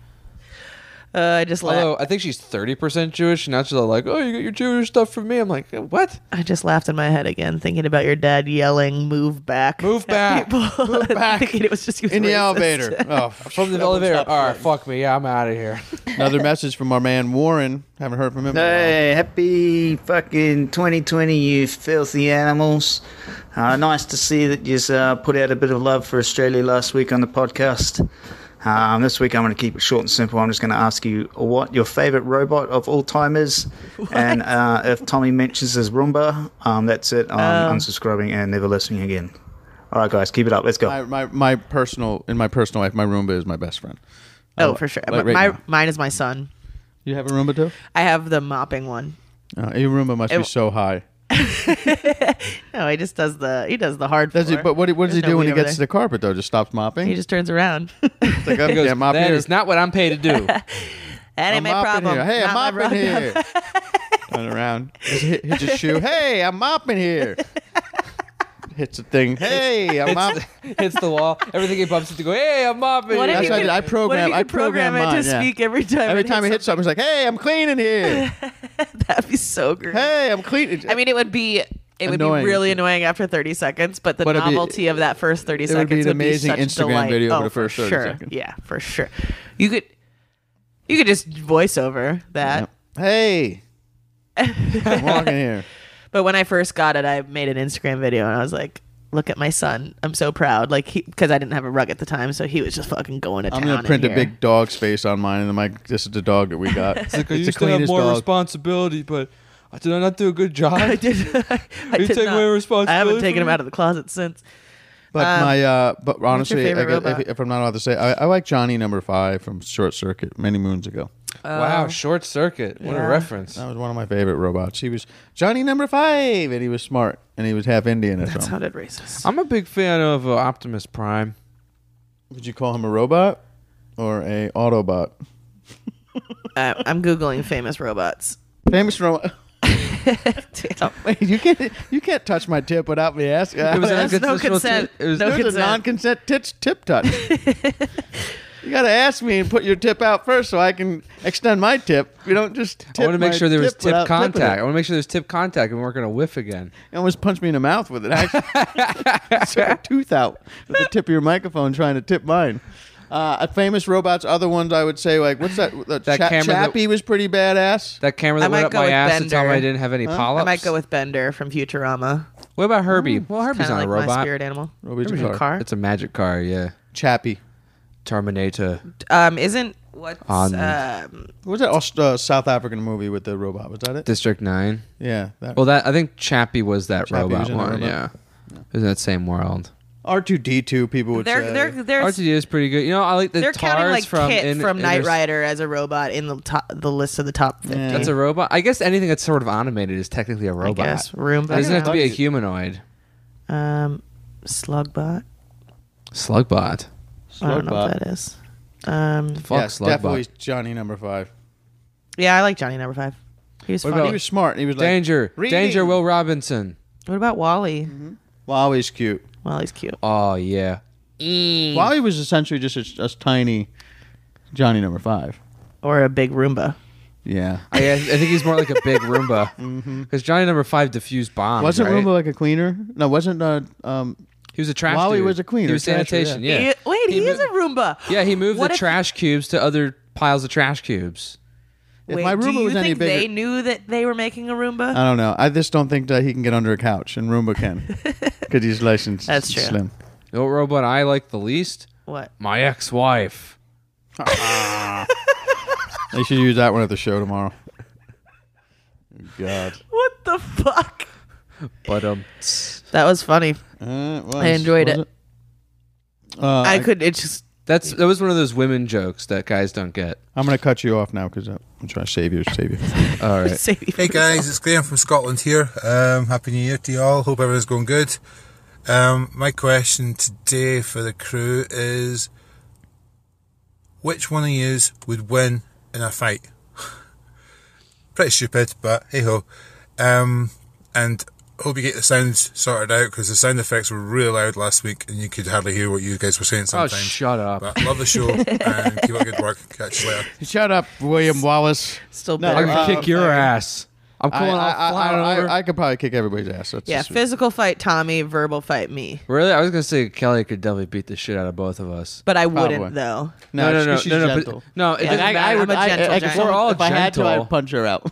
A: Uh, I just laughed.
C: Although I think she's thirty percent Jewish, and now she's all like, "Oh, you got your Jewish stuff from me." I'm like,
B: [laughs]
C: "What?
A: I just laughed in my head again, thinking about your dad yelling, "Move back,
C: Move
A: [laughs] at
C: back.
A: people,"
B: Move back.
A: [laughs] thinking it was just he was
B: in the
A: racist. [laughs]
B: elevator. Oh,
C: From the
B: that one's
C: elevator?
B: not
C: All right,
B: funny.
C: fuck me. Yeah, I'm out
B: [laughs]
C: of here."
B: Another message from our man Warren. Haven't heard from him. in a while.
M: Hey, happy fucking 2020, you filthy animals. Uh, nice to see that you uh, put out a bit of love for Australia last week on the podcast. Um, this week I'm going to keep it short and simple. I'm just going to ask you what your favorite robot of all time is. And uh, if Tommy mentions his Roomba, um, that's it. I'm
A: Oh.
M: unsubscribing and never listening again. All right, guys, keep it up. Let's go.
B: My, my my personal in my personal life, my Roomba is my best friend.
A: Oh, for sure.
B: Like
A: my,
B: right now.
A: mine is my son.
B: You have a Roomba too?
A: I have the mopping one. [laughs]
B: Uh, your Roomba must be
A: It-
B: so high.
A: No, he just does the he does the hard.
B: Does he?
A: floor.
B: But what, what does he
A: There's
B: do when
A: nobody
B: he
A: over
B: gets to the carpet though? Just stops mopping.
A: He just turns around.
B: [laughs] It's like,
A: [laughs]
B: I'm
C: He goes,
B: getting mop
C: "That
B: here.
C: is not what I'm paid
B: [laughs]
C: to do.
A: that ain't my
B: mopping
A: problem.
B: here. Hey, I'm
A: Not my
B: mopping
A: problem.
B: here. Turn around. Just hit, hit your shoe. Hey, I'm mopping here. [laughs] Hits a thing. Hey, I'm
A: [laughs]
B: mopping.
C: Hits, hits the wall. Everything he bumps into, go, hey, I'm
A: [laughs]
C: mopping.
A: What if
B: That's
A: you
B: what I
A: could-
B: did. I
A: what if you
B: program.
A: could
B: I program,
A: program it to
B: mine, yeah.
A: speak every time
B: Every
A: it
B: time it
A: hits
B: hits something, it's like, "Hey, I'm cleaning
A: [laughs]
B: here."
A: That'd be so great.
B: Hey, I'm cleaning.
A: I mean, it would be it would
B: Annoying.
A: be really annoying after 30 seconds, but the
B: But it'd be-
A: novelty of that first 30
B: it would
A: seconds
B: be an amazing
A: such
B: Instagram
A: delight.
B: video
A: oh,
B: for the first 30
A: sure.
B: seconds.
A: Yeah, for sure. You could you could just voice over that.
B: [laughs] Hey, I'm walking
A: [laughs]
B: here.
A: But when I first got it, I made an Instagram video and I was like, "Look at my son! I'm so proud!" Like, because I didn't have a rug at the time, so he was just fucking going to
B: I'm
A: town.
B: gonna print
A: in
B: a
A: here. [laughs]
B: big dog's face on mine, and I'm like, "This is the dog that we got.
C: It's like, I used to have more responsibility, but I did I not do a
B: [laughs]
C: good job? I
A: did. I
C: you
A: did
C: take
A: not-
C: away responsibility.
A: I haven't taken
C: from
A: him
C: me?
A: out of the closet since.
B: But
A: Um,
B: my, uh, but
A: your
B: honestly, I
A: favorite
B: guess-
A: robot?
B: if, if I'm not allowed to say, I, I like Johnny Number Five from Short Circuit many moons ago.
C: Wow, short circuit. What
B: Yeah.
C: a reference.
B: That was one of my favorite robots. He was Johnny Number Five, and he was smart, and he was half Indian or
A: That
B: something.
A: sounded racist.
C: I'm a big fan of uh, Optimus Prime.
B: Would you call him a robot or a Autobot?
A: I, Uh, I'm googling famous robots. [laughs]
B: Famous robot. [laughs] Wait, you can't you can't touch my tip without me asking. [laughs]
C: It was
A: There's
C: an
A: Oh, no
C: unconsensual
A: consent.
C: tip. It was-
A: No
B: There's a
A: consent.
B: non-consent tit- tip
C: [laughs]
B: touch. you gotta ask me and put your tip out first, so I can extend my tip. You don't just. Tip
C: I want to make
B: my
C: sure there was tip
B: without tipping it.
C: contact. I want to make sure there's tip contact, and we weren't going to whiff again.
B: You almost punched me in the mouth with it.
C: [laughs]
B: Actually, took a tooth out with the tip of your microphone trying to tip mine. Uh, famous robots. Other ones I would say like what's that? The
C: That
B: Cha-
C: camera that-
B: Chappie was pretty badass.
C: That camera that
A: I
C: went
A: might
C: up
A: go
C: my
A: with
C: ass
A: Bender.
C: to tell me I didn't have any polyps.
A: I might go with Bender from Futurama.
C: What about Herbie? well, Herbie's
A: kinda
C: not a
A: like my
C: robot.
A: spirit animal.
B: Herbie's a car.
C: It's a magic car. Yeah.
B: Chappie.
C: Terminator.
A: Um, isn't what's
C: On-
A: um,
B: What was that Aust- uh, South African movie with the robot? Was that it?
C: District Nine.
B: Yeah, that-
C: well, that I think Chappie was that
B: Chappie
C: robot
B: was in that
C: one.
B: robot.
C: Yeah. It was in that same world.
B: R two D two. People would
A: They're-
B: say
A: they're- they're-
C: R2D uh, is pretty good. You know, I like the
A: they're counting
C: TARS
A: like
C: from
A: Kit
C: in,
A: from Knight
C: Inter-
A: Rider as a robot in the top, the list of the top fifty.
C: That's a robot. I guess anything that's sort of animated is technically a robot.
A: guess. Roomba.
C: It doesn't have to be a
B: Yeah.
C: humanoid.
A: um, Slugbot.
C: Slugbot.
A: I don't know what that is. Um,
C: Fuck
B: yes,
C: Slugbot.
B: definitely Johnny number five.
A: yeah, I like Johnny Number Five. He was
C: What
A: funny.
C: about-
B: He was smart. He was like
C: Danger.
B: reading.
C: Danger, Will Robinson.
A: what about Wally?
B: Well, always cute.
A: Wally's cute.
C: Oh, yeah. Mm.
B: Wally was essentially just a, a tiny Johnny number five.
A: Or a big Roomba.
B: Yeah.
C: Oh, I, I think he's more like a
A: [laughs]
C: big Roomba. Because Johnny number five diffused bombs.
B: wasn't
C: right?
B: Mm-hmm. Roomba like a cleaner? No, wasn't uh, um
C: He was a trash
B: Wally
C: dude.
B: was a cleaner,
C: He was
B: trash dude,
C: sanitation,
B: yeah.
C: yeah.
A: He- wait, he,
C: He
A: is a Roomba.
C: Yeah, he moved
A: What
C: the
A: if-
C: trash cubes to other piles of trash cubes.
B: if
A: Wait,
B: my
A: do
B: Roomba
A: you
B: was any
A: think
B: bigger- Uh,
A: they knew that they were making a Roomba?
B: I don't know. I just don't think that he can get under a couch and Roomba
A: [laughs]
B: can. Because he's licensed.
A: That's true.
B: Slim.
C: You know what robot I like the least?
A: What?
C: My ex wife.
B: They should use that one at the show tomorrow. God.
A: What the fuck?
C: But um
A: That was funny.
B: Uh, it was-
A: I enjoyed
B: was
A: it.
B: Uh,
A: I,
B: I
A: could. It just.
C: that's that was one of those women jokes that guys don't get.
B: I'm going to cut you off now because I'm trying to save you. Save you.
A: [laughs]
C: All right.
A: Save you
N: Hey guys, it's Graham from Scotland here. Um, Happy New Year to you all. Hope everyone's going good. Um, my question today for the crew is which one of you would win in a fight? [laughs] Pretty stupid, but hey ho. Um, and hope you get the sounds sorted out because the sound effects were really loud last week and you could hardly hear what you guys were saying sometimes.
C: Oh, shut up.
N: But love the show
C: [laughs]
N: and keep up the good work. Catch you later.
B: Shut up, William Wallace.
A: Still
B: No,
A: better.
B: I'm
C: I
B: Uh,
C: could kick your
B: sorry.
C: ass. I'm
B: I,
C: calling off
B: I, I,
C: flying
B: I-
C: over.
B: I could probably kick everybody's ass. That's
A: yeah,
B: just-
A: physical fight Tommy, verbal fight me.
C: really? I was gonna say Kelly could definitely beat the shit out of both of us.
A: But I wouldn't
B: Probably.
A: though. [laughs]
B: No,
C: no, no,
B: she- she's
C: no, no, but-
B: gentle.
C: no, it
A: Yeah,
C: doesn't
A: I- I
C: matter.
A: would- I- I- gentle I could- giant.
C: We're all
B: if I had to,
C: gentle.
B: I'd punch her out.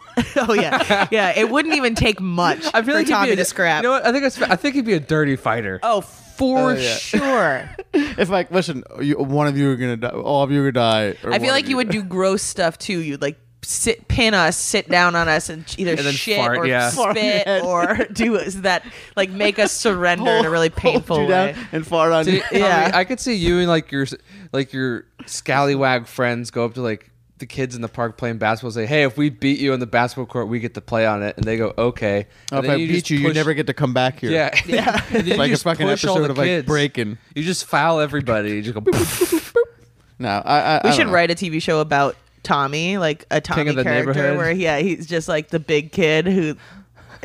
B: [laughs]
A: oh yeah, yeah. It wouldn't even take much I feel for
C: he'd
A: Tommy
C: be a,
A: to scrap.
C: You know what? I think it's, I think he'd be a dirty fighter.
A: oh, for
B: Oh, yeah. [laughs]
A: sure.
B: if like, listen, you, one of you are gonna die, all of you are gonna die. or
A: I
B: one
A: feel like
B: of
A: you would do gross stuff too. You'd like sit, pin us, sit down on us, and either
C: And then
A: shit
C: fart,
A: or
C: yeah.
B: Fart on your
A: spit
B: head.
A: or [laughs] do us that like make us surrender in a really
B: [laughs] hold
A: painful
B: you down
A: way.
B: and fart on [laughs]
C: See,
B: you.
C: Tommy,
A: Yeah.
C: I could see you and like your like your scallywag friends go up to like the kids in the park playing basketball say, "Hey, if we beat you on the basketball court, we get to play on it," and they go, "Okay."
B: Oh,
C: And
B: if
C: then
B: I beat
C: just
B: you, you
C: push-
B: never
C: [laughs]
B: get to come back here.
C: Yeah,
B: Yeah.
C: [laughs] And then
B: It's
C: you
B: like a
C: just
B: fucking
C: push all
B: episode
C: the
B: of, like,
C: kids.
B: Breaking.
C: You just foul everybody. You just go. [laughs]
B: No, I. I
A: we
B: I
A: should
B: don't know.
A: write a TV show about Tommy, like a Tommy
C: of the
A: character,
C: neighborhood.
A: where yeah, he's just like the big kid who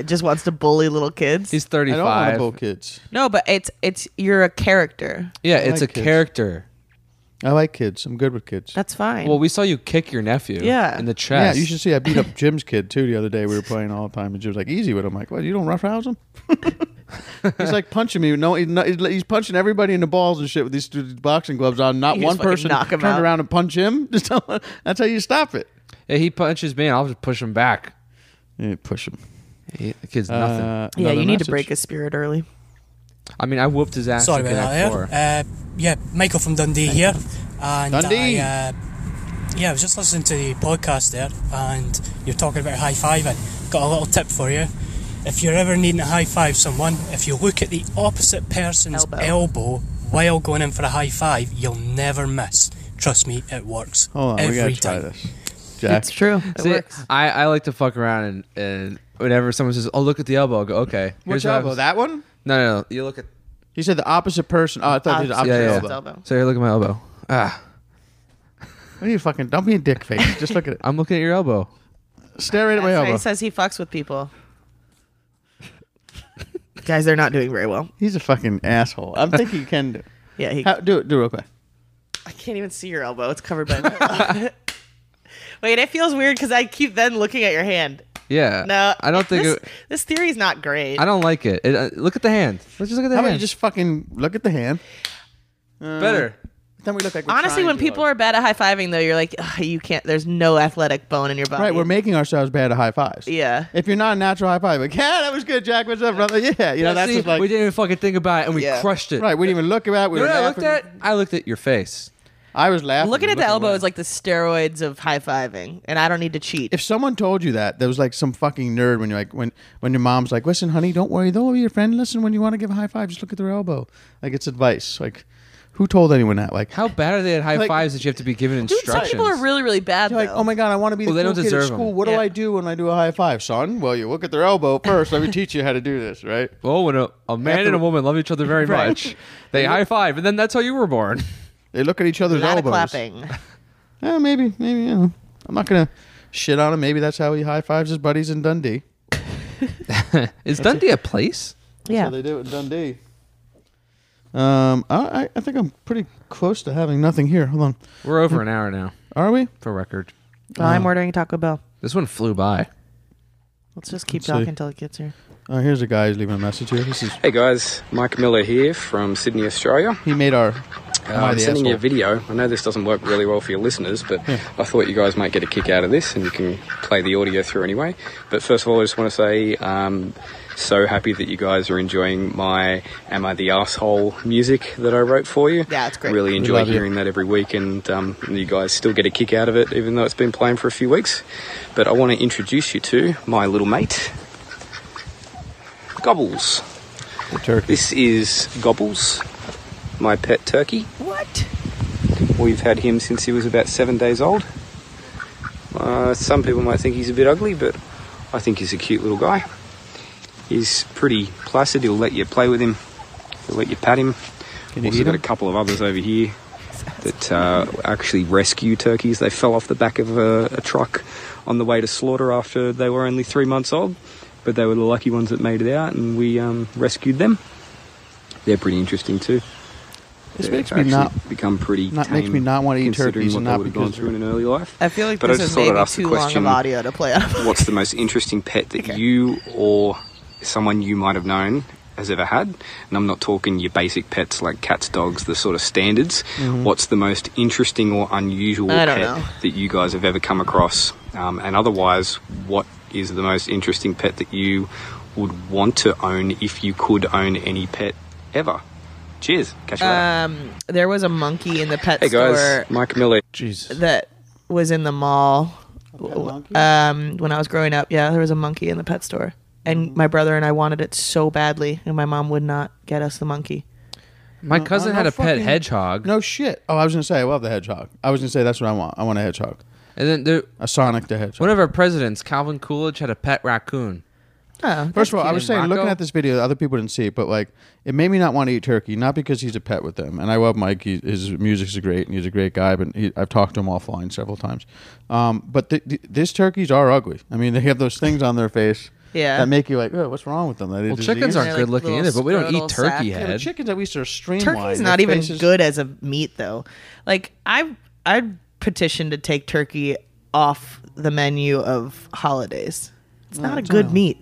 A: just wants to bully little kids.
C: He's thirty-five.
B: bull kids.
A: No, but it's it's you're a character.
C: Yeah, it's a character.
B: I like kids. I'm good with kids.
A: That's fine.
C: Well, we saw you kick your nephew.
A: Yeah.
C: In the chest.
B: Yeah, you should see. I beat up Jim's kid too the other day. We were playing all the time, and Jim was like, "Easy with him." I'm like, "What? You don't roughhouse him?" [laughs] he's like punching me. No, he- no, he's he's punching everybody in the balls and shit with these stupid boxing gloves on. Not
C: You just
B: one
C: fucking
B: person
C: knock him
B: turned
C: out.
B: around and punch him. [laughs] Just tell- That's how you stop it.
C: Yeah, he punches me, and I'll just push him back.
B: Yeah, push him.
C: the kid's nothing.
B: Uh,
A: yeah, you
C: another
A: need to
C: message.
A: break his spirit early.
C: I mean, I whooped his ass.
O: Sorry
C: in
O: about
C: Connect
O: that.
C: Four.
O: There. Uh, yeah, Michael from Dundee here, and
C: Dundee.
O: I, uh, yeah, I was just listening to the podcast there, and you're talking about high fiving. Got a little tip for you. If you're ever needing to high five someone, if you look at the opposite person's elbow, while going in for a high five, you'll never miss. Trust me, it works.
B: Hold on,
O: every
B: we gotta
O: time.
B: try this. Jack.
C: See, I, I like to fuck around and, and whenever someone says, "Oh, look at the elbow," I'll go, "Okay."
B: Which
C: here's what
B: elbow?
C: happens."
B: That one?
C: No, no, no. You look at.
B: He said the opposite person. Oh, I thought he said opposite
C: yeah, yeah.
B: elbow.
C: So here, look at my elbow. Ah,
B: What are you fucking? Don't be a dick
A: [laughs]
B: face. Just look at it.
C: I'm looking at your elbow.
B: Stare right at my
A: That's why
B: elbow.
A: He says he fucks with people. Guys, they're not doing very well.
B: He's a fucking asshole. I'm thinking you can do.
A: Yeah, he-
B: How, do it. Do it real quick.
A: I can't even see your elbow; it's covered by. My [laughs] Wait, it feels weird because I keep then looking at your hand.
C: Yeah.
A: No,
C: I don't think
A: this,
C: it-
A: this theory's not great.
C: I don't like it. It, uh, look at the hand. Let's just look at the
B: How about
C: hand.
B: you just fucking look at the hand? Uh,
C: Better.
B: Then we look like we're
A: Honestly,
B: trying
A: when
B: too
A: people are bad at high fiving, though, you're like, "Ugh, you can't. There's no athletic bone in your
B: hard.
A: body.
B: right, we're making ourselves bad at high fives.
A: yeah.
B: If you're not a natural high five, like, yeah, that was good, Jack. What's up, brother? Yeah, you know,
C: Yeah,
B: that's
C: see,
B: just like
C: we didn't even fucking think about it, and we
B: Yeah.
C: crushed it.
B: Right, we didn't even look about. it. We
C: You
B: were
C: know what I
B: laughing.
C: looked at? I looked at your face.
B: I was laughing.
A: Looking at the
B: Looking
A: elbow is like the steroids of high fiving, and I don't need to cheat.
B: If someone told you that, there was like some fucking nerd when you're like when when your mom's like, listen, honey, don't worry, they'll be your friend. Listen, when you want to give a high five, just look at their elbow. Like it's advice. Like, who told anyone that? Like,
C: How bad are they at high
B: Like-
C: fives that you have to be given
A: Dude, some
C: instructions?
A: people are really, really bad.
B: You're like,
A: though.
B: oh
A: [laughs]
B: my god, I want to be
C: Well,
B: the
C: they
B: cool
C: don't
B: kid at
C: deserve 'em.
B: school. What do I do when I do a high five, son? Well, you look at their elbow first. Let me [laughs] teach you how to do this, right?
C: Well, Oh, when a, a man
B: After-
C: and a woman love each other very
B: Right.
C: much, they high five, and then that's how you were born.
B: They look at each other's
A: a lot of
B: elbows. [laughs]
A: clapping.
B: Yeah, maybe, maybe. You know. I'm not gonna shit on him. Maybe that's how he high fives his buddies in Dundee.
C: Is Dundee a place?
A: [laughs] Yeah.
B: how they do it in Dundee. Um, I I- I think I'm pretty close to having nothing here. Hold on.
C: We're over an hour now.
B: Are we?
C: For record.
A: Well, I'm ordering Taco Bell.
C: This one flew by.
A: Let's just keep
B: Let's see.
A: talking until it gets here.
B: Oh, here's a guy who's leaving a message here. This is
P: Hey guys, Mike Miller here from Sydney, Australia.
B: he made our. am I
P: Uh, I'm
B: Oh, the
P: sending you a
B: asshole?
P: video. I know this doesn't work really well for your listeners, but I thought you guys might get a kick out of this and you can play the audio through anyway. But first of all, I just want to say um, so happy that you guys are enjoying my Am I the Asshole music that I wrote for you.
A: Yeah, it's great.
P: Really
A: We
P: enjoy
A: love you.
P: hearing that every week, and um, you guys still get a kick out of it, even though it's been playing for a few weeks. But I want to introduce you to my little mate, Gobbles. This is Gobbles, my pet turkey.
A: What?
P: We've had him since he was about seven days old. Uh, some people might think he's a bit ugly, but I think he's a cute little guy. He's pretty placid. He'll let you play with him. He'll let you pat him.
B: you
P: also
B: eat
P: got
B: him?
P: a couple of others over here that uh, actually rescue turkeys. They fell off the back of a, a truck on the way to slaughter after they were only three months old, but they were the lucky ones that made it out, and we um, rescued them. They're pretty interesting too.
B: This
P: They've
B: makes me
P: actually
B: not-
P: become pretty.
B: not- makes
P: tame
B: me not wanna eat
P: considering
B: turkeys
P: what
B: and
P: they
B: not
P: would've gone
B: because-
P: through in an early life.
A: I feel like
P: But I
A: this
P: just
A: is
P: thought I'd
A: maybe
P: ask the
A: too long
P: question-
A: of audio to play out
P: [laughs]
A: of.
P: What's the most interesting pet that you or someone you might have known has ever had? And I'm not talking your basic pets like cats, dogs, the sort of standards.
Q: Mhm.
P: What's the most interesting or unusual
Q: I don't
P: pet
Q: know.
P: that you guys have ever come across? Um, and otherwise, what is the most interesting pet that you would want to own if you could own any pet ever? Cheers. Catch you later.
A: Um, [laughs] there was a monkey in the pet
P: Hey
A: store.
P: guys, Mike Miller.
C: Jeez.
A: that was in the mall um, when I was growing up. Yeah, there was a monkey in the pet store. And my brother and I wanted it so badly, and my mom would not get us the monkey.
C: My
A: No,
C: cousin
A: no,
C: had
A: no
C: a pet
A: fucking-
C: hedgehog.
B: No shit. Oh, I was gonna say I love the hedgehog. I was gonna say that's what I want. I want a hedgehog.
C: And then there,
B: a Sonic the Hedgehog.
C: One of our presidents, Calvin Coolidge, had a pet raccoon.
A: Oh,
B: First of all,
C: cute.
B: I was saying,
C: And
B: looking
C: Rocco?
B: at this video, other people didn't see it, but like, it made me not want to eat turkey, not because he's a pet with them, and I love Mike. He, his music's great, and he's a great guy. But he, I've talked to him offline several times. Um, but th- th- these turkeys are ugly. I mean, they have those things on their face.
A: Yeah.
B: That make you like, oh, what's wrong with them? Well,
C: chickens aren't They're like good looking little either, but we don't eat scrotal turkey sack. head.
B: chickens at least are streamlined.
A: Turkey's
B: Their
A: not even
B: faces-
A: good as a meat though. Like I I petition to take turkey off the menu of holidays. It's
C: No,
A: not a
C: it's
A: good
C: not.
A: meat.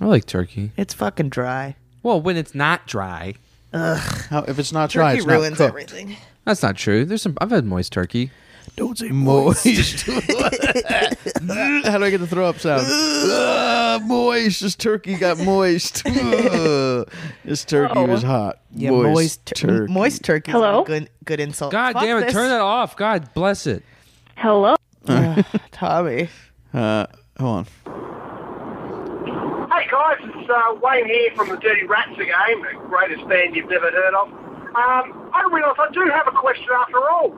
C: I like turkey.
A: It's fucking dry.
C: Well, when it's not dry.
A: Ugh.
B: How, if it's not
A: Turkey
B: dry, it's not
A: ruins
B: cooked.
A: everything.
C: That's not true. There's some. I've had moist turkey.
B: Don't say [laughs] moist. How do I get the throw up [laughs] sound? Ah, moist. This turkey got
A: [laughs]
B: moist. Ah, this turkey was hot.
A: Oh. Yeah,
B: moist,
A: moist tur-
B: turkey.
A: Moist turkey. Hello. Good good insult.
C: God
A: Oh, Fuck
C: damn it!
A: this.
C: Turn that off. God bless it.
I: Hello.
A: Ugh, Tommy.
B: Uh, hold on.
H: Hey guys, it's uh, Wayne here from the Dirty Rats again, the greatest band you've never heard of. Um, I realise I do have a question after all.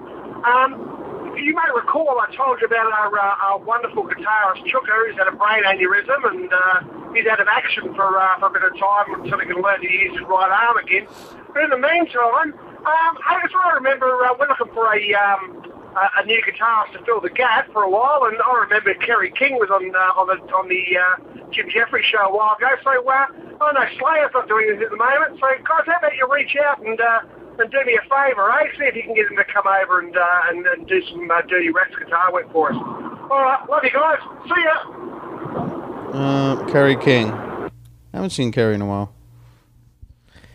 H: Um, you may recall I told you about our, uh, our wonderful guitarist Chooker, who's had a brain aneurysm and uh, he's out of action for, uh, for a bit of time until he can learn to use his right arm again. But in the meantime, um, as I remember, uh, we're looking for a um, a a new guitarist to fill the gap for a while, and I remember Kerry King was on uh, on the on the uh, Jim Jeffries show a while ago. So uh, I know Slayer's not doing this at the moment. So guys, how about you reach out and uh, and do me a favour, eh? See if you can get him to come over and uh, and, and do some uh, Dirty Rats guitar work for us. All right, love you guys. See ya.
B: Uh, Kerry King. I haven't seen Kerry in a while.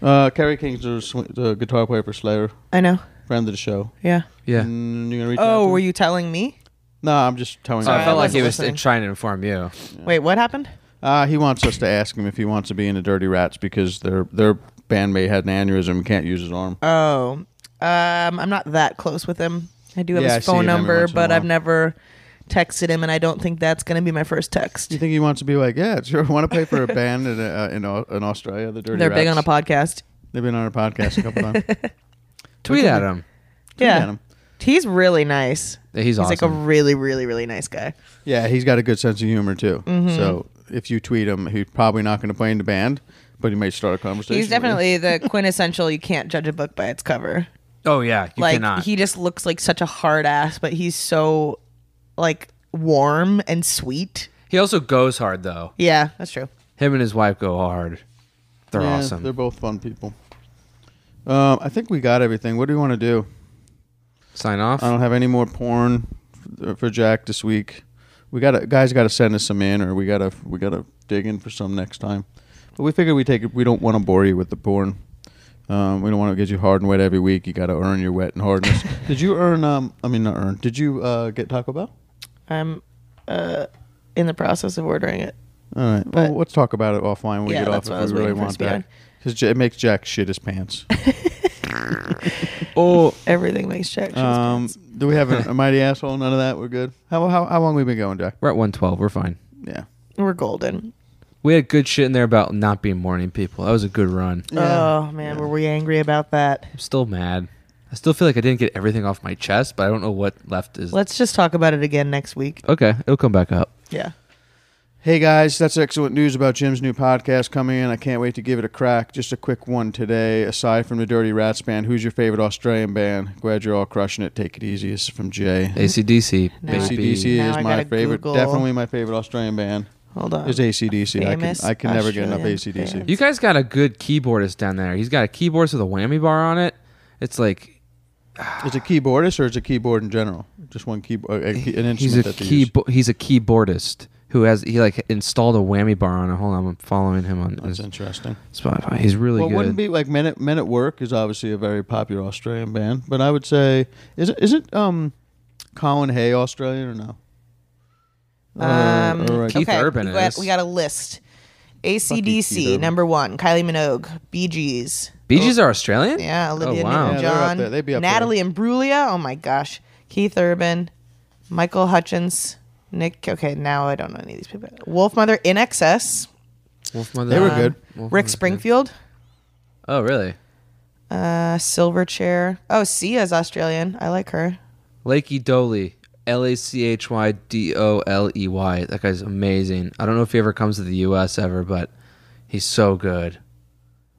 B: Uh, Kerry King's the, sw- the guitar player for Slayer.
A: I know.
B: Friend of the show.
A: Yeah.
C: Yeah.
B: Mm, you gonna reach out
A: Oh,
B: to
A: were
B: him?
A: you telling me?
B: No, I'm just telling.
C: Oh,
A: Sorry,
B: you.
A: I felt like he was
C: Just trying to inform you.
A: Wait, what happened?
B: Uh, he wants us to ask him if he wants to be in the Dirty Rats because their their bandmate had an aneurysm and can't use his arm.
C: Uh,
A: Oh, um, I'm not that close with him. I do have
B: Yeah, I
A: his
B: see
A: phone
B: him every
A: number,
B: once in a
A: but I've
B: while.
A: never texted him, and I don't think that's going to be my first text.
B: Do you think he wants to be like, yeah, [laughs] sure, I want to play for a band in uh, in, Au- in Australia, the Dirty
A: They're big on
B: Rats.
A: a podcast.
B: They've been on a podcast a couple
A: [laughs]
B: times.
C: Tweet at him.
A: yeah,
B: at him.
A: he's really nice.
B: Yeah, he's
A: like a
B: awesome.
A: really, really, really nice guy.
B: Yeah, he's got a good sense of humor too.
A: Mhm.
B: So if you tweet him, he's probably not going to play in the band, but he may start a conversation.
A: He's
B: with you.
A: definitely the
B: [laughs]
A: quintessential. You can't judge a book by its cover.
C: Oh yeah, you
A: like
C: cannot.
A: he just looks like such a hard ass, but he's so like warm and sweet.
C: He also goes hard though.
A: Yeah, that's true.
C: Him and his wife go hard. They're
B: Yeah,
C: awesome.
B: They're both fun people. Um, I think we got everything. What do you want to do?
C: Sign off.
B: I don't have any more porn f- for Jack this week. We got to guys. Got to send us some in, or we gotta we gotta dig in for some next time. But we figured we take it. We don't want to bore you with the porn. Um, we don't want to get you hard and wet every week. You got to earn your wet and hardness. [laughs] did you earn? Um, I mean, not earn. Did you uh, get Taco Bell?
A: I'm uh, in the process of ordering it.
B: All right. well, let's talk about it offline when we
A: Yeah,
B: get off
A: that's what I
B: if
A: was
B: we really
A: waiting for
B: want
A: us to be
B: that.
A: on.
B: Because it makes Jack shit his [laughs] pants.
C: oh,
A: everything makes Jack. shit his
B: Um, do we have a, a mighty asshole? None of that. We're good. How how how long we been going, Jack?
C: We're at one twelve. We're fine.
B: Yeah.
A: We're golden.
C: We had good shit in there about not being morning people. That was a good run.
A: Oh man, were we angry about that?
C: I'm still mad. I still feel like I didn't get everything off my chest, but I don't know what left is.
A: Let's just talk about it again next week.
C: Okay, it'll come
A: [laughs]
C: back up.
A: Yeah.
B: Hey guys, that's excellent news about Jim's new podcast coming in. I can't wait to give it a crack. Just a quick one today. Aside from the Dirty Rats band, who's your favorite Australian band? Glad you're all crushing it. Take it easy. This is from Jay.
C: ACDC.
A: Now-
B: ACDC
A: now
B: is
A: I
B: my
A: gotta
B: favorite.
A: Google-
B: Definitely my favorite Australian band.
A: Hold on.
B: Is ACDC. I can,
A: Famous
B: I can never get enough
A: Australian
B: ACDC.
C: You guys got a good keyboardist down there. He's got a keyboardist with a whammy bar on it. It's like
B: Is it keyboardist or is it keyboard in general? Just one keyboard, an instrument
C: he's a
B: that they use.
C: keybo- he's a keyboardist who has he like installed a whammy bar on it. Hold on, I'm following him on. That's
B: interesting.
C: Spotify. He's really
B: well, it
C: good.
B: wouldn't be like Men at, Men at Work is obviously a very popular Australian band, but I would say is it, is it um Colin Hay Australian or no? Or-
A: Um,
B: or like-
A: okay, we got, we got a list.
B: Keith
A: ACDC
B: Urban.
A: number one, Kylie Minogue, Bee Gees.
C: Bee Gees are Australian.
A: Yeah, Olivia
C: Oh wow.
B: Yeah, they're up
A: Newton-John,
B: there. They'd be up there.
A: Natalie Imbruglia. Oh my gosh, Keith Urban, Michael Hutchins, Nick. Okay, now I don't know any of these people. Wolf Mother in excess.
C: Wolf Mother.
B: They were good.
C: Wolf
A: Rick
C: Mother's good.
A: Springfield,
C: Oh really?
A: uh, Silverchair. Oh, Sia's Australian. I like her.
C: Lakey Doley, L A C H Y D O L E Y. That guy's amazing. I don't know if he ever comes to the U.S. ever, but he's so good.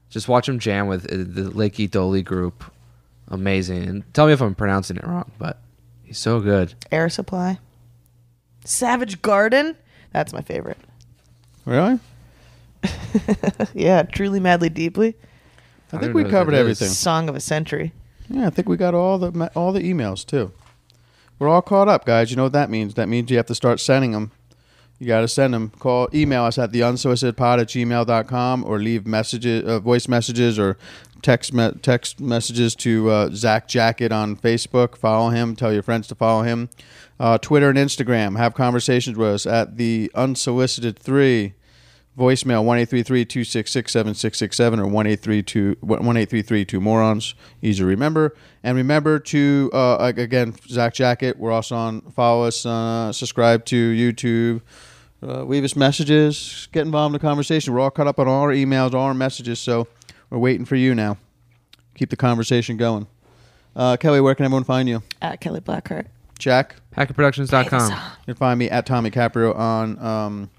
C: Just watch him jam with uh, the Lake Idoli group. Amazing. And tell me if I'm pronouncing it wrong, but he's so good.
A: Air Supply, Savage Garden. That's my favorite. [laughs]
B: Really?
A: yeah, truly, madly, deeply.
B: I think we covered everything.
A: Song of a century.
B: Yeah, I think we got all the ma- all the emails too. We're all caught up, guys. You know what that means? That means you have to start sending them. You got to send them. Call, email us at theunsolicitedpod at gmail.com or leave messages, uh, voice messages or text me- text messages to uh, Zach Jacket on Facebook. Follow him. Tell your friends to follow him. Uh, Twitter and Instagram. Have conversations with us at the unsolicited three. Voicemail 1-833-266-7667 or 1-833-2 1-833-2 morons. Easy to remember. And remember to, uh, ag- again, Zach Jacket, we're also on, follow us, uh, subscribe to YouTube, uh, leave us messages, get involved in the conversation. We're all caught up on all our emails, all our messages, so we're waiting for you now. Keep the conversation going. Uh, Kelly, where can everyone find you?
A: At Uh, Kelly Blackheart.
B: Jack?
C: HackerProductions.com.
B: You can find me at Tommy Caprio on um,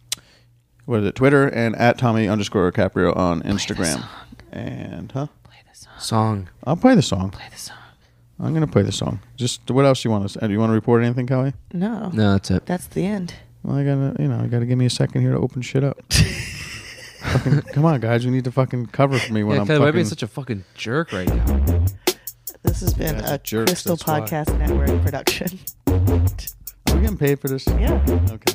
B: what is it, Twitter, and at Tommy underscore Caprio on Instagram. And huh? Play the song.
C: Song.
B: I'll play the song. Play
A: the song.
B: I'm gonna play the song. Just what else do you want us? Do you want to report anything, Kelly?
A: No.
C: No, that's it.
A: That's the end.
B: Well, I gotta, you know, I gotta give me a second here to open shit
C: [laughs]
B: up. fucking, come on, guys, you need to fucking cover for me when
C: Yeah,
B: I'm
C: Kelly,
B: fucking.
C: why are you being such a fucking jerk right now?
A: This has been
B: guys
A: a
B: are jerks,
A: Crystal
B: that's why.
A: Podcast Network production. [laughs]
B: Are we getting paid for this?
A: Yeah.
B: Okay.